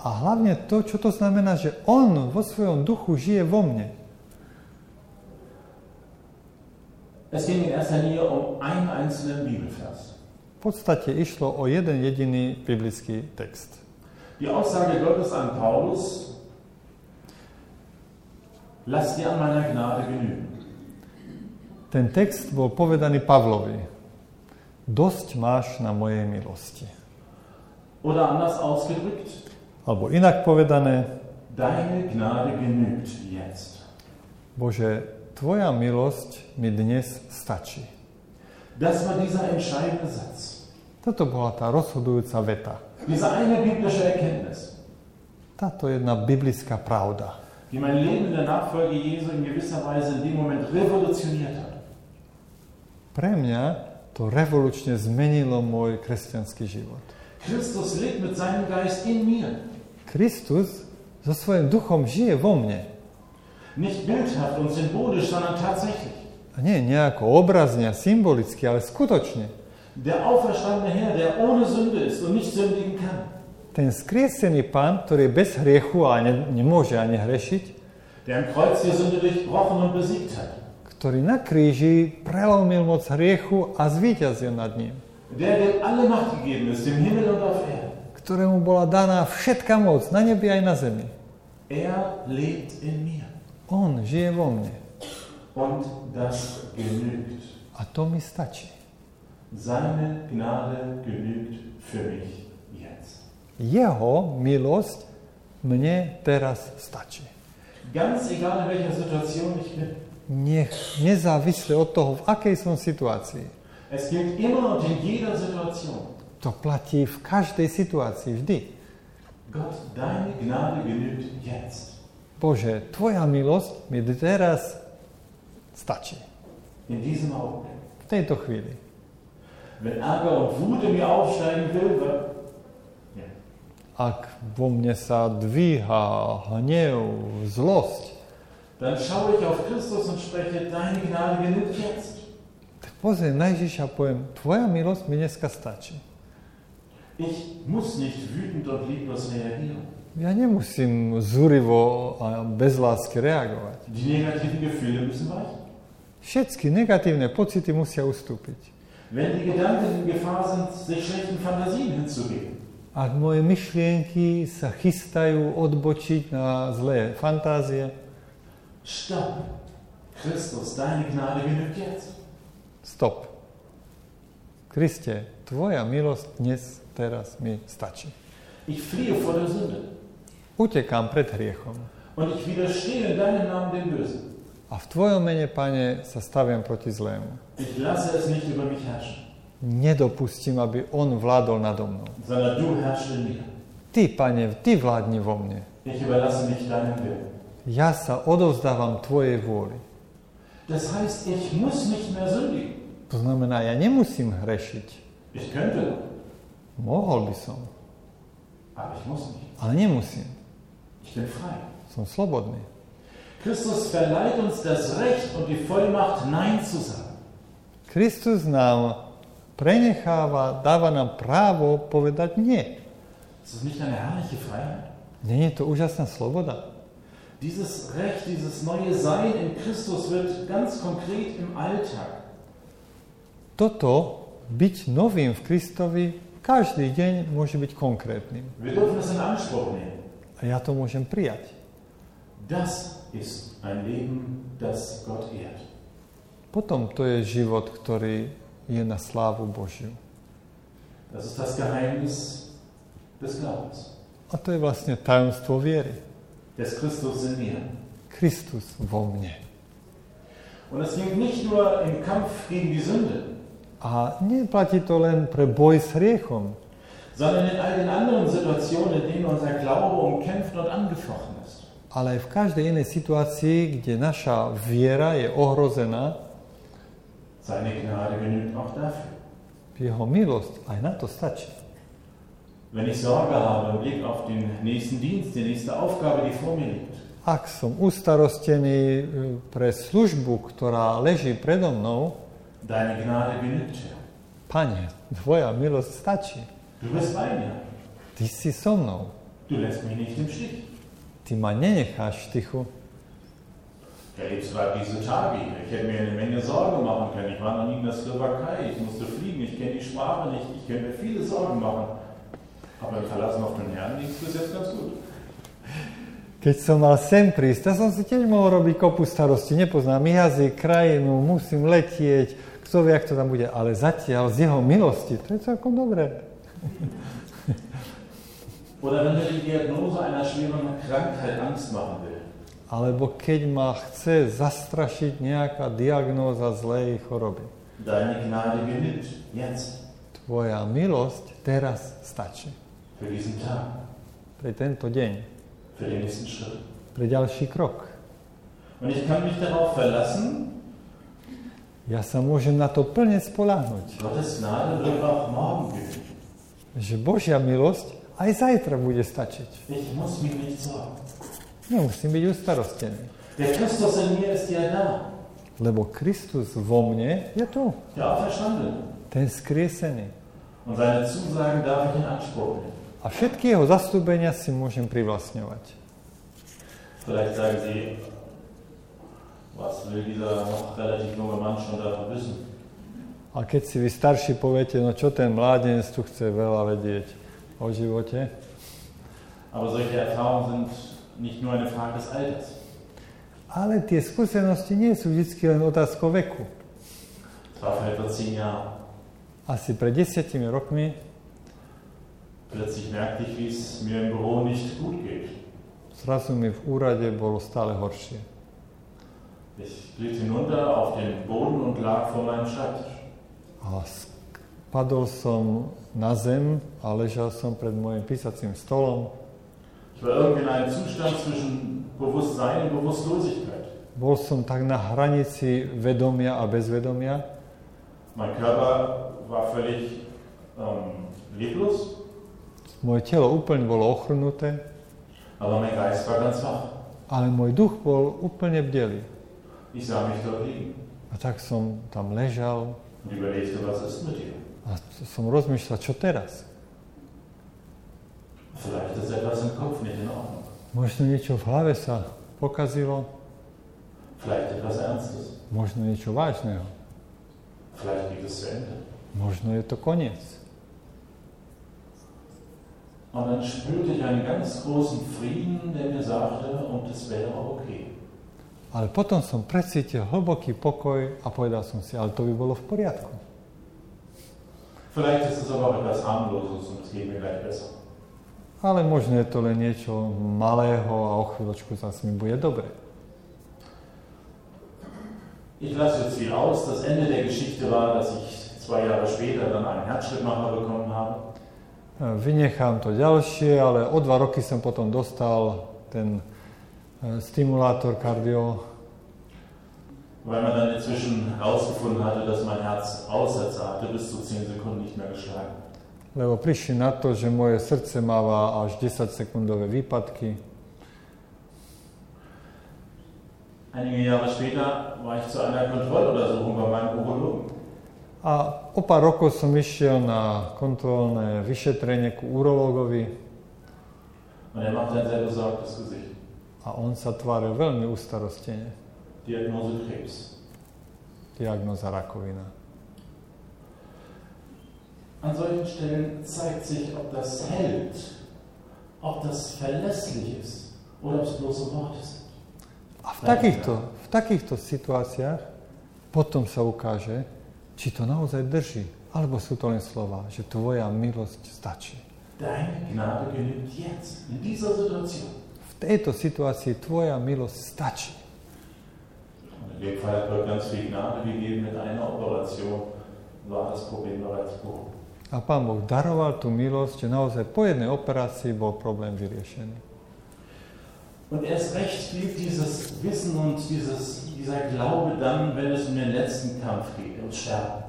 Speaker 1: A hlavne to, čo to znamená, že On vo svojom duchu žije vo mne.
Speaker 2: Es ging in erster Linie um einen einzelnen Bibelvers.
Speaker 1: V podstate išlo o jeden jediný biblický text.
Speaker 2: Die Aussage Gottes an Paulus, lass dir an meiner Gnade genügen.
Speaker 1: Ten text bol povedaný Pavlovi. Dosť máš na mojej milosti.
Speaker 2: Oder anders ausgedrückt,
Speaker 1: Alebo inak povedané,
Speaker 2: deine Gnade genügt jetzt.
Speaker 1: Bože, tvoja milosť mi dnes stačí.
Speaker 2: Das war dieser entscheidende Satz.
Speaker 1: Toto bola tá rozhodujúca veta.
Speaker 2: Diese eine biblische Erkenntnis,
Speaker 1: Táto jedna biblická pravda,
Speaker 2: die mein Leben in der Nachfolge Jesu in gewisser Weise in dem Moment revolutioniert hat.
Speaker 1: pre mňa to revolučne zmenilo môj kresťanský život.
Speaker 2: Christus lebt mit seinem Geist in mir.
Speaker 1: Kristus so svojím duchom žije vo mne.
Speaker 2: Nicht bildhaft und symbolisch, sondern tatsächlich.
Speaker 1: A nie nejako obrazne a symbolicky, ale skutočne.
Speaker 2: Der auferstandene Herr, der ohne Sünde ist und nicht sündigen kann.
Speaker 1: Ten skriesený pán, ktorý je bez hriechu a ne, nemôže ani hrešiť,
Speaker 2: der am Kreuz die Sünde durchbrochen und besiegt hat.
Speaker 1: ktorý na kríži prelomil moc hriechu a zvíťazil nad ním,
Speaker 2: Der, dem alle Macht gegeben ist, im Himmel und auf Erden.
Speaker 1: ktorému bola daná všetka moc na nebi aj na zemi.
Speaker 2: Er lebt in mir.
Speaker 1: On žije vo mne
Speaker 2: Und das genügt.
Speaker 1: a to mi stačí.
Speaker 2: Seine Gnade genügt für mich jetzt.
Speaker 1: Jeho milosť mne teraz stačí.
Speaker 2: Ganz egal, in welcher Situation ich bin.
Speaker 1: Nech nezávisle od toho, v akej som situácii.
Speaker 2: Es gilt immer und in jeder Situation.
Speaker 1: To platí v každej situácii vždy.
Speaker 2: Gott, deine Gnade genügt jetzt.
Speaker 1: Bože, tvoja milosť mi teraz stačí.
Speaker 2: In diesem Augenblick.
Speaker 1: V tejto chvíli.
Speaker 2: Wenn Ärger und Wut in mir aufsteigen will, wa- ja.
Speaker 1: Ak vo mne sa dvíha hnev, zlosť,
Speaker 2: dann schaue ich auf Christus und spreche, deine Gnade genügt jetzt.
Speaker 1: tak pozriem na Ježiša a poviem, tvoja milosť mi dneska stačí.
Speaker 2: Ich muss nicht wütend und lieblos reagieren.
Speaker 1: Ja nemusím zúrivo a bez lásky reagovať.
Speaker 2: Die negativen Gefühle müssen weichen.
Speaker 1: Všetky negatívne pocity musia ustúpiť.
Speaker 2: Wenn die Gedanken in Gefahr sind, sich schlechten Fantasien hinzugeben,
Speaker 1: Ak moje myšlienky sa chystajú odbočiť na zlé fantázie,
Speaker 2: stopp! Christus, deine Gnade genügt jetzt.
Speaker 1: stop. Kriste, tvoja milosť dnes, teraz mi stačí.
Speaker 2: Ich fliehe vor der Sünde
Speaker 1: Utekám pred hriechom
Speaker 2: und ich widerstehe in deinem Namen dem Bösen.
Speaker 1: a v tvojom mene, Pane, sa staviam proti zlému.
Speaker 2: Ich lasse es nicht über mich herrschen,
Speaker 1: Nedopustím, aby on vládol nado mnou.
Speaker 2: sondern du herrschst in mir.
Speaker 1: Ty, Pane, ty vládni vo mne.
Speaker 2: Ich überlasse mich deinem Willen.
Speaker 1: Ja sa odovzdávam Tvojej vôli.
Speaker 2: Das heißt, ich muss nicht mehr sündigen.
Speaker 1: To znamená, ja nemusím hrešiť.
Speaker 2: Ich könnte,
Speaker 1: Mohol by som,
Speaker 2: aber ich muss nicht.
Speaker 1: ale nemusím.
Speaker 2: Ich bin frei.
Speaker 1: Som slobodný.
Speaker 2: Christus verleiht uns das Recht und die Vollmacht, Nein zu sagen.
Speaker 1: Kristus nám prenecháva, dáva nám právo povedať nie.
Speaker 2: Ist das nicht eine herrliche Freiheit?
Speaker 1: Nie je to úžasná sloboda.
Speaker 2: Dieses Recht, dieses neue Sein in Christus wird ganz konkret im Alltag.
Speaker 1: Toto, byť novým v Kristovi, každý deň môže byť konkrétnym.
Speaker 2: Wir dürfen es in Anspruch nehmen.
Speaker 1: A ja to môžem prijať.
Speaker 2: Das ist ein Leben, das Gott ehrt.
Speaker 1: Potom to je život, ktorý je na slávu Božiu.
Speaker 2: Das ist das Geheimnis des Glaubens,
Speaker 1: A to je vlastne tajomstvo viery.
Speaker 2: des Christus in mir.
Speaker 1: Kristus vo mne.
Speaker 2: Und es gilt nicht nur im Kampf gegen die Sünde,
Speaker 1: A neplatí to len pre boj s hriechom,
Speaker 2: sondern in all den anderen Situationen, in denen unser Glaube umkämpft und angefochten ist.
Speaker 1: ale aj v každej inej situácii, kde naša viera je ohrozená,
Speaker 2: Seine Gnade genügt auch dafür.
Speaker 1: jeho milosť aj na to stačí.
Speaker 2: Wenn ich Sorge habe im Blick auf den nächsten Dienst, die nächste Aufgabe, die vor mir liegt,
Speaker 1: Ak som ustarostený e, pre službu, ktorá leží predo mnou,
Speaker 2: deine Gnade genügt, Herr.
Speaker 1: Pane, tvoja milosť stačí.
Speaker 2: Du bist bei mir.
Speaker 1: Ty si so mnou.
Speaker 2: Du lässt mich nicht im Stich.
Speaker 1: Ty ma nenecháš v tichu.
Speaker 2: Ja, jetzt war diese Tage hier. Ich hätte mir eine Menge Sorgen machen können. Ich war noch nie in der Slowakei. Ich musste fliegen. Ich kenne die Sprache nicht. Ich könnte mir viele Sorgen machen. Aber im Verlassen auf den Herrn liegt es bis jetzt ganz gut.
Speaker 1: Keď som mal sem prísť, ja som si tiež mohol robiť kopu starosti. Nepoznám jazyk, krajinu, musím letieť, kto vie, ak to tam bude. Ale zatiaľ z jeho milosti, to je celkom dobré.
Speaker 2: Oder wenn mir die Diagnose einer schweren Krankheit Angst machen will.
Speaker 1: Alebo keď ma chce zastrašiť nejaká diagnóza zlej choroby.
Speaker 2: Deine Gnade genügt. Jetzt.
Speaker 1: Tvoja milosť teraz stačí.
Speaker 2: Für diesen Tag.
Speaker 1: Pre tento deň.
Speaker 2: Für den nächsten Schritt.
Speaker 1: Pre ďalší krok.
Speaker 2: Und ich kann mich darauf verlassen,
Speaker 1: Ja sa môžem na to plne spolahnuť,
Speaker 2: Gottes Gnade wird auch morgen genügen.
Speaker 1: že Božia milosť aj zajtra bude stačiť.
Speaker 2: Ich muss mich nicht sorgen.
Speaker 1: Nemusím byť ustarostený,
Speaker 2: Der Christus in mir ist ja da.
Speaker 1: lebo Kristus vo mne je tu,
Speaker 2: Der Auferstandene.
Speaker 1: ten skriesený.
Speaker 2: Und seine Zusagen darf ich in Anspruch nehmen.
Speaker 1: A všetky jeho zastúpenia si môžem privlastňovať.
Speaker 2: Vielleicht sagen Sie, was will dieser noch relativ junge Mann schon davon wissen?
Speaker 1: A keď si vy starší poviete, no čo ten mládenec tu chce veľa vedieť o živote,
Speaker 2: Aber solche Erfahrungen sind nicht nur eine Frage des Alters.
Speaker 1: ale tie skúsenosti nie sú vždy len otázkou veku.
Speaker 2: Das war vor etwa zehn Jahren.
Speaker 1: Asi pred desiatimi rokmi
Speaker 2: Plötzlich merkte ich, wie es mir im Büro nicht gut geht.
Speaker 1: zrazu mi v úrade bolo stále horšie.
Speaker 2: Ich glitt hinunter auf den Boden und lag vor meinem Schreibtisch.
Speaker 1: A padol som na zem a ležal som pred môjim písacím stolom.
Speaker 2: Ich war irgendwie in einem Zustand zwischen Bewusstsein und Bewusstlosigkeit.
Speaker 1: Bol som tak na hranici vedomia a bezvedomia.
Speaker 2: Mein Körper war völlig ähm, leblos,
Speaker 1: Moje telo úplne bolo ochrnuté,
Speaker 2: aber mein Geist war ganz wach.
Speaker 1: ale môj duch bol úplne bdelý.
Speaker 2: Ich sah mich dort liegen
Speaker 1: A tak som tam ležal
Speaker 2: und überlegte, was ist mit dir?
Speaker 1: a som rozmýšľal, čo teraz?
Speaker 2: Vielleicht ist etwas im Kopf nicht in Ordnung.
Speaker 1: Možno niečo v hlave sa pokazilo,
Speaker 2: Vielleicht etwas Ernstes.
Speaker 1: možno niečo vážneho,
Speaker 2: Vielleicht geht es zu Ende.
Speaker 1: možno je to koniec.
Speaker 2: Und dann spürte ich einen ganz großen Frieden, der mir sagte, und es wäre okay.
Speaker 1: Ale potom som precítil hlboký pokoj a povedal som si, ale to by bolo v poriadku.
Speaker 2: Vielleicht ist es aber auch etwas harmloses und es geht mir gleich besser.
Speaker 1: Ale možno je to len niečo malého a o chvíľočku zase mi bude dobre.
Speaker 2: Ich lasse jetzt viel aus. Das Ende der Geschichte war, dass ich zwei Jahre später dann einen Herzschrittmacher bekommen habe.
Speaker 1: E, Vynechám to ďalšie, ale o dva roky som potom dostal ten e, e, stimulátor kardio,
Speaker 2: Weil man dann inzwischen herausgefunden hatte, dass mein Herz Aussätze hatte, bis zu 10 Sekunden nicht mehr geschlagen.
Speaker 1: lebo prišli na to, že moje srdce máva až 10 sekundové výpadky.
Speaker 2: Einige Jahre später war ich zu einer Kontrolluntersuchung bei meinem Urologen.
Speaker 1: A o pár rokov som išiel na kontrolné vyšetrenie ku urológovi
Speaker 2: Und er machte ein sehr besorgtes Gesicht.
Speaker 1: a on sa tváril veľmi ustarostene.
Speaker 2: Diagnose Krebs.
Speaker 1: Diagnoza rakovina.
Speaker 2: An solchen Stellen zeigt sich, ob das hält, ob das verlässlich ist oder ob es bloße Worte sind.
Speaker 1: A v takýchto, v takýchto situáciách potom sa ukáže, či to naozaj drží, alebo sú to len slova, že tvoja milosť stačí.
Speaker 2: Deine Gnade genügt jetzt, in dieser Situation.
Speaker 1: V tejto situácii tvoja milosť stačí.
Speaker 2: Und in dem Fall hat Gott ganz viel Gnade gegeben. Mit einer Operation war das Problem bereits behoben.
Speaker 1: A pán Boh daroval tú milosť, že naozaj po jednej operácii bol problém vyriešený.
Speaker 2: Und erst recht gilt dieses Wissen und dieses, dieser Glaube dann, wenn es um den letzten Kampf geht, ums Sterben.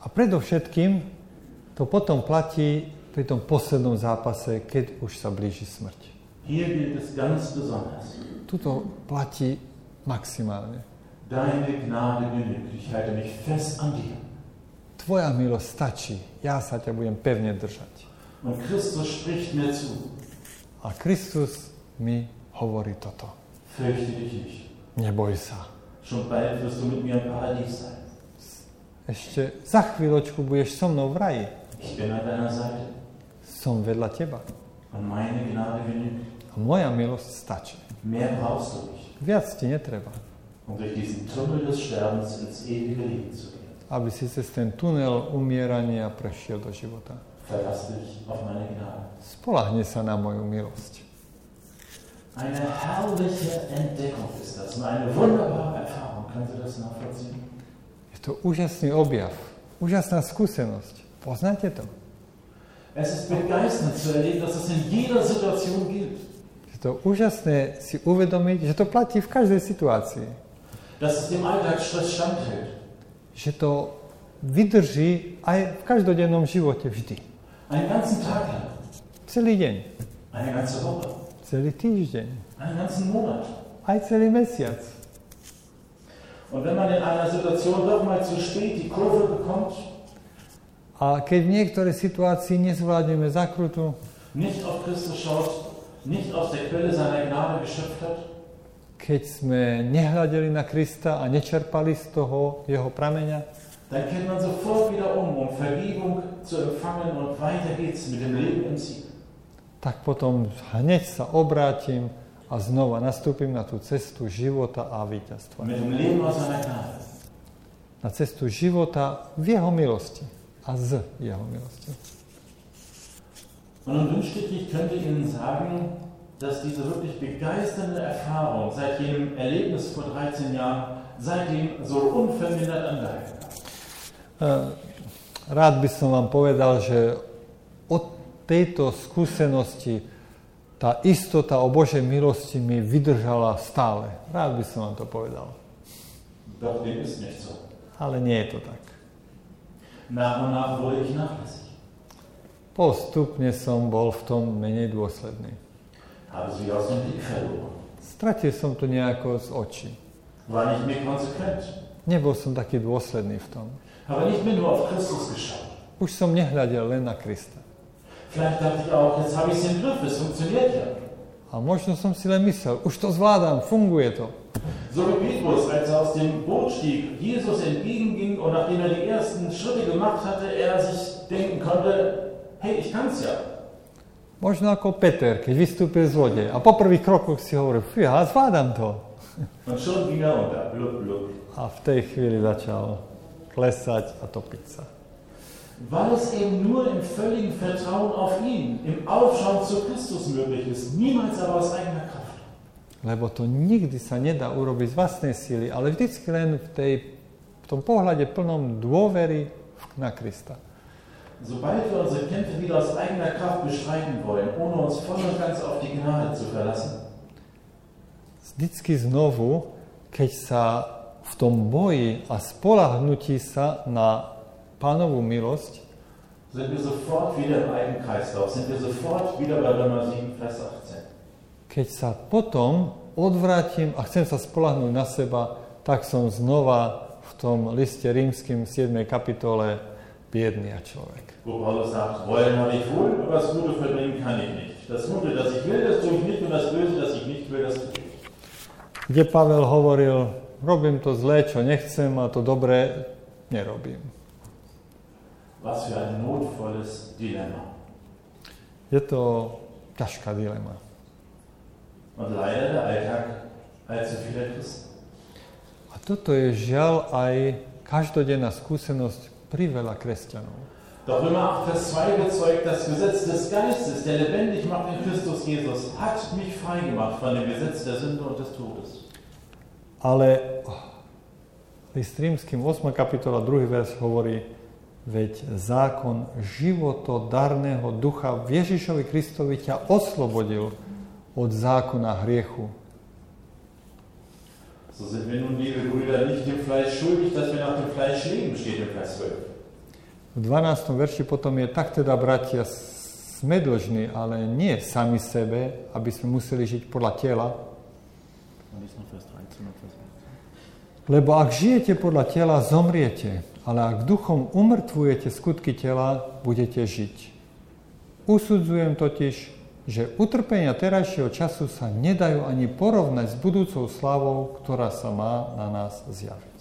Speaker 1: A predovšetkým to potom platí pri tom poslednom zápase, keď už sa blíži smrť.
Speaker 2: Hier gilt es ganz besonders.
Speaker 1: Tuto platí maximálne.
Speaker 2: Deine Gnade genügt. Ich halte mich fest an dir.
Speaker 1: Tvoja milosť stačí, ja sa ťa budem pevne držať.
Speaker 2: Und Christus spricht mir zu.
Speaker 1: A Kristus mi hovorí toto.
Speaker 2: Fürchte dich nicht.
Speaker 1: Neboj sa.
Speaker 2: Schon bald wirst du mit mir im Paradies sein.
Speaker 1: Ešte za chvíľočku budeš so mnou v raji.
Speaker 2: Ich bin an deiner Seite.
Speaker 1: Som vedľa teba.
Speaker 2: Und meine Gnade genügt.
Speaker 1: A moja milosť stačí.
Speaker 2: Mehr brauchst du nicht,
Speaker 1: Viac ti netreba,
Speaker 2: um durch diesen Tunnel des Sterbens ins ewige Leben zu gehen.
Speaker 1: aby si cez ten tunel umierania prešiel do života.
Speaker 2: Verlass dich auf meine Gnade.
Speaker 1: Spolahne sa na moju milosť.
Speaker 2: Eine herrliche Entdeckung ist das und eine wunderbare Erfahrung. Könnt ihr das nachvollziehen?
Speaker 1: Je to úžasný objav, úžasná skúsenosť. Poznáte to?
Speaker 2: Es ist begeisternd zu erleben, dass es in jeder Situation gilt.
Speaker 1: Je to úžasné si uvedomiť, že to platí v každej situácii.
Speaker 2: Dass es dem Alltagsstress standhält.
Speaker 1: Že to vydrží aj v každodennom živote vždy.
Speaker 2: Einen ganzen Tag lang,
Speaker 1: Celý deň,
Speaker 2: eine ganze Woche,
Speaker 1: celý týždeň,
Speaker 2: einen ganzen Monat.
Speaker 1: aj celý mesiac.
Speaker 2: Und wenn man in einer Situation doch mal zu spät die Kurve bekommt,
Speaker 1: A keď v niektorej situácii nezvládneme zakrutu,
Speaker 2: nicht auf Christus schaut, nicht aus der Quelle seiner Gnade geschöpft hat,
Speaker 1: keď sme nehľadeli na Krista a nečerpali z toho jeho prameňa,
Speaker 2: dann kehrt man sofort wieder um, um Vergebung zu empfangen und weiter geht's mit dem Leben im Sieg.
Speaker 1: tak potom hneď sa obrátim a znova nastúpim na tú cestu života a víťazstva.
Speaker 2: Mit dem Leben aus seiner Gnade.
Speaker 1: Na cestu života v jeho milosti a z jeho milosti.
Speaker 2: Und nun wünschte ich, ich könnte Ihnen sagen, dass diese wirklich begeisternde Erfahrung seit jenem Erlebnis vor 13 Jahren seitdem so unvermindert angehalten hat.
Speaker 1: E, Rád by som vám povedal, že od tejto skúsenosti tá istota o Božej milosti mi vydržala stále. Rád by som vám to povedal.
Speaker 2: Doch dem ist nicht so.
Speaker 1: Ale nie je to tak.
Speaker 2: Nach und nach wurde ich nachlässig,
Speaker 1: Postupne som bol v tom menej dôsledný.
Speaker 2: habe sie aus dem Blick verloren,
Speaker 1: Stratil som to nejako z očí.
Speaker 2: war nicht mehr konsequent,
Speaker 1: Nebol som taký dôsledný v tom.
Speaker 2: habe nicht mehr nur auf Christus geschaut.
Speaker 1: Už som nehľadel len na Krista.
Speaker 2: Vielleicht dachte ich auch, jetzt habe ich es im Griff, es funktioniert ja.
Speaker 1: A možno som si len myslel, už to zvládam, funguje to.
Speaker 2: So wie Petrus, als er aus dem Boot stieg, Jesus entgegenging und nachdem er die ersten Schritte gemacht hatte, er sich denken konnte, hey, ich kann's ja.
Speaker 1: Možno ako Peter, keď vystúpil z vode a po prvých krokoch si hovoril, fíha, zvládam to.
Speaker 2: Und schon ging er unter, blub, blub.
Speaker 1: A v tej chvíli začal klesať a topiť sa.
Speaker 2: Weil es eben nur im völligen Vertrauen auf ihn, im Aufschauen zu Christus möglich ist, niemals aber aus eigener Kraft.
Speaker 1: Lebo to nikdy sa nedá urobiť z vlastnej síly, ale vždycky len v, tej, v tom pohľade plnom dôvery v- na Krista.
Speaker 2: Sobald wir unsere Kämpfe wieder aus eigener Kraft bestreiten wollen, ohne uns voll und ganz auf die Gnade zu verlassen,
Speaker 1: vždycky znovu, keď sa v tom boji a spolahnutí sa na pánovú milosť,
Speaker 2: sind wir sofort wieder im alten Kreislauf, sind wir sofort wieder bei Römer 7, Vers 18.
Speaker 1: keď sa potom odvrátim a chcem sa spolahnúť na seba, tak som znova v tom liste rímskym 7. kapitole biedný a človek.
Speaker 2: Wo Paulus sagt, wollen habe ich wohl, aber das Gute verdienen kann ich nicht. Das Gute, das ich will, das tue ich nicht und das Böse, das ich nicht will, das tue ich.
Speaker 1: Kde Pavel hovoril, robím to zlé, čo nechcem a to dobré nerobím.
Speaker 2: Was für ein notvolles Dilemma.
Speaker 1: Je to ťažká dilema.
Speaker 2: Und leider der Alltag allzu vieler Christen.
Speaker 1: A toto je žiaľ aj každodenná skúsenosť pri veľa kresťanov.
Speaker 2: Doch Römer 8, Vers 2 bezeugt, das Gesetz des Geistes, der lebendig macht in Christus Jesus, hat mich frei gemacht von dem Gesetz der Sünde und des Todes.
Speaker 1: Ale list rímským 8. kapitola 2. vers hovorí, veď zákon životodarného ducha v Ježišovi Kristovi ťa oslobodil od zákona hriechu.
Speaker 2: So sind wir nun, liebe Brüder, nicht dem Fleisch schuldig, dass wir nach dem Fleisch leben, steht in Vers 12.
Speaker 1: V 12. verši potom je tak teda, bratia, sme dlžní, ale nie sami sebe, aby sme museli žiť podľa tela.
Speaker 3: Und nicht nur Vers 13 und Vers 18.
Speaker 1: Lebo ak žijete podľa tela, zomriete, ale ak duchom umrtvujete skutky tela, budete žiť. Usudzujem totiž, že utrpenia terajšieho času sa nedajú ani porovnať s budúcou slávou, ktorá sa má na nás zjaviť.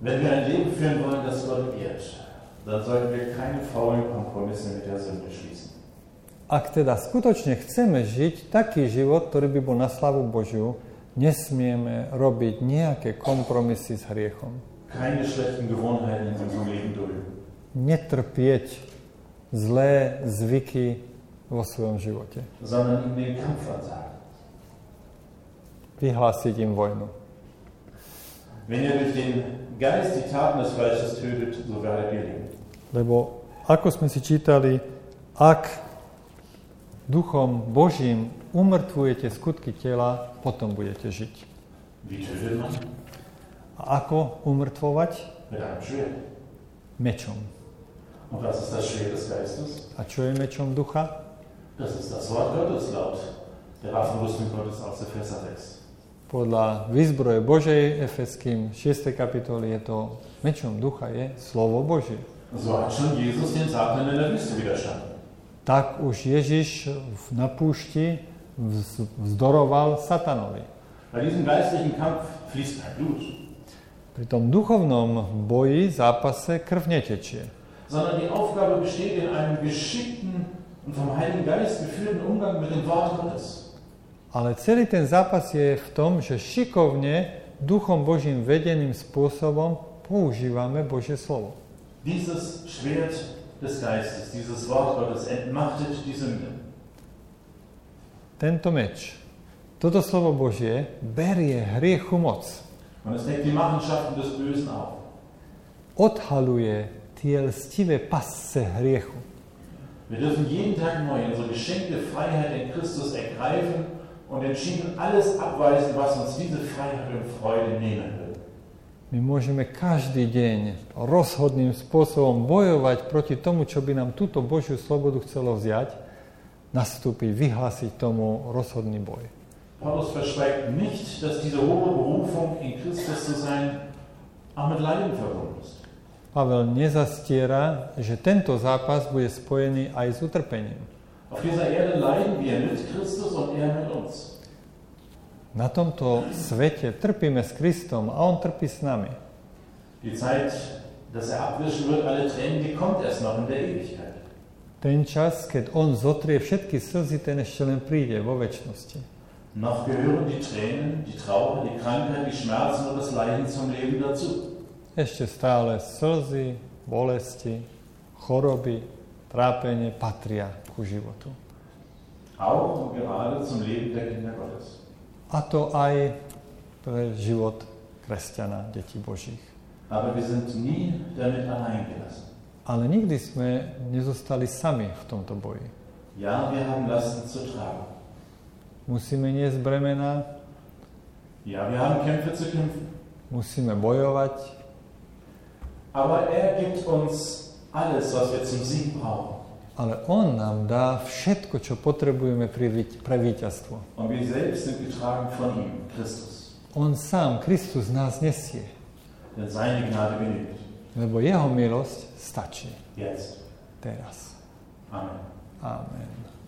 Speaker 2: Wenn wir ein Leben führen wollen, das Gott ehrt, dann sollten wir keine faulen Kompromisse mit der Sünde schließen.
Speaker 1: Ak teda skutočne chceme žiť taký život, ktorý by bol na slavu Božiu, nesmieme robiť nejaké kompromisy s hriechom.
Speaker 2: Keine schlechten Gewohnheiten in unserem Leben dulden.
Speaker 1: Netrpieť zlé zvyky vo svojom živote.
Speaker 2: sondern ihm den Kampf ansagen.
Speaker 1: Vyhlásiť im vojnu.
Speaker 2: Wenn ihr durch den Geist die Taten des Fleisches tötet, so werdet ihr leben.
Speaker 1: Lebo ako sme si čítali, ak duchom Božím umrtvujete skutky tela, potom budete žiť.
Speaker 2: Wie tötet man?
Speaker 1: A ako umrtvovať?
Speaker 2: Mit einem Schwert.
Speaker 1: Mečom.
Speaker 2: Und was ist das Schwert des Geistes?
Speaker 1: A čo je mečom ducha?
Speaker 2: Das ist das Wort Gottes laut der Waffenrüstung Gottes aus Epheser 6.
Speaker 1: Podľa výzbroje Božej, Efeským 6. kapitoly je to, mečom ducha je slovo Božie.
Speaker 2: So hat schon Jesus dem Satan in der Wüste widerstanden.
Speaker 1: Tak už Ježiš v- na púšti vz- vzdoroval satanovi.
Speaker 2: Bei diesem geistlichen Kampf fließt kein Blut,
Speaker 1: Pri tom duchovnom boji, zápase krv netečie.
Speaker 2: sondern die Aufgabe besteht in einem geschickten und vom Heiligen Geist geführten Umgang mit dem Wort Gottes.
Speaker 1: Ale celý ten zápas je v tom, že šikovne, duchom Božím vedeným spôsobom používame Božie slovo.
Speaker 2: Dieses Schwert des Geistes, dieses Wort Gottes entmachtet die Sünde.
Speaker 1: Tento meč, toto slovo Božie berie hriechu moc,
Speaker 2: Und es deckt die Machenschaften des Bösen auf.
Speaker 1: odhaluje tie lstivé pasce hriechu.
Speaker 2: Wir dürfen jeden Tag neu unsere geschenkte Freiheit in Christus ergreifen und entschieden alles abweisen, was uns diese Freiheit und Freude nehmen will.
Speaker 1: My môžeme každý deň rozhodným spôsobom bojovať proti tomu, čo by nám túto Božiu slobodu chcelo vziať, nastúpiť, vyhlásiť tomu rozhodný boj.
Speaker 2: Paulus verschweigt nicht, dass diese hohe Berufung, in Christus zu sein, auch mit Leiden verbunden ist.
Speaker 1: Pavel nezastiera, že tento zápas bude spojený aj s utrpením.
Speaker 2: Auf dieser Erde leiden wir mit Christus und er mit uns.
Speaker 1: Na tomto svete trpíme s Kristom a On trpí s nami.
Speaker 2: Die Zeit, dass er abwischen wird, alle Tränen, die kommt erst noch in der Ewigkeit.
Speaker 1: Ten čas, keď On zotrie všetky slzy, ten ešte len príde vo väčšnosti.
Speaker 2: Noch gehören die Tränen, die Trauer, die Krankheit, die Schmerzen und das Leiden zum Leben dazu.
Speaker 1: Ešte stále slzy, bolesti, choroby, trápenie patria ku životu.
Speaker 2: Auch und gerade zum Leben der Kinder Gottes.
Speaker 1: A to aj pre život kresťana, detí Božích.
Speaker 2: Aber wir sind nie damit allein gelassen.
Speaker 1: Ale nikdy sme nezostali sami v tomto boji.
Speaker 2: Ja, wir haben Lasten zu tragen.
Speaker 1: Musíme niesť bremena,
Speaker 2: Ja, wir haben Kämpfe zu kämpfen.
Speaker 1: musíme bojovať,
Speaker 2: Aber er gibt uns alles, was wir zum Sieg brauchen.
Speaker 1: ale On nám dá všetko, čo potrebujeme pri víť- pre víťazstvo.
Speaker 2: Und wir selbst sind getragen von ihm, Christus.
Speaker 1: On sám, Kristus, nás nesie,
Speaker 2: Denn seine Gnade genügt.
Speaker 1: lebo Jeho milosť stačí
Speaker 2: Jetzt.
Speaker 1: teraz.
Speaker 2: Amen.
Speaker 1: Amen.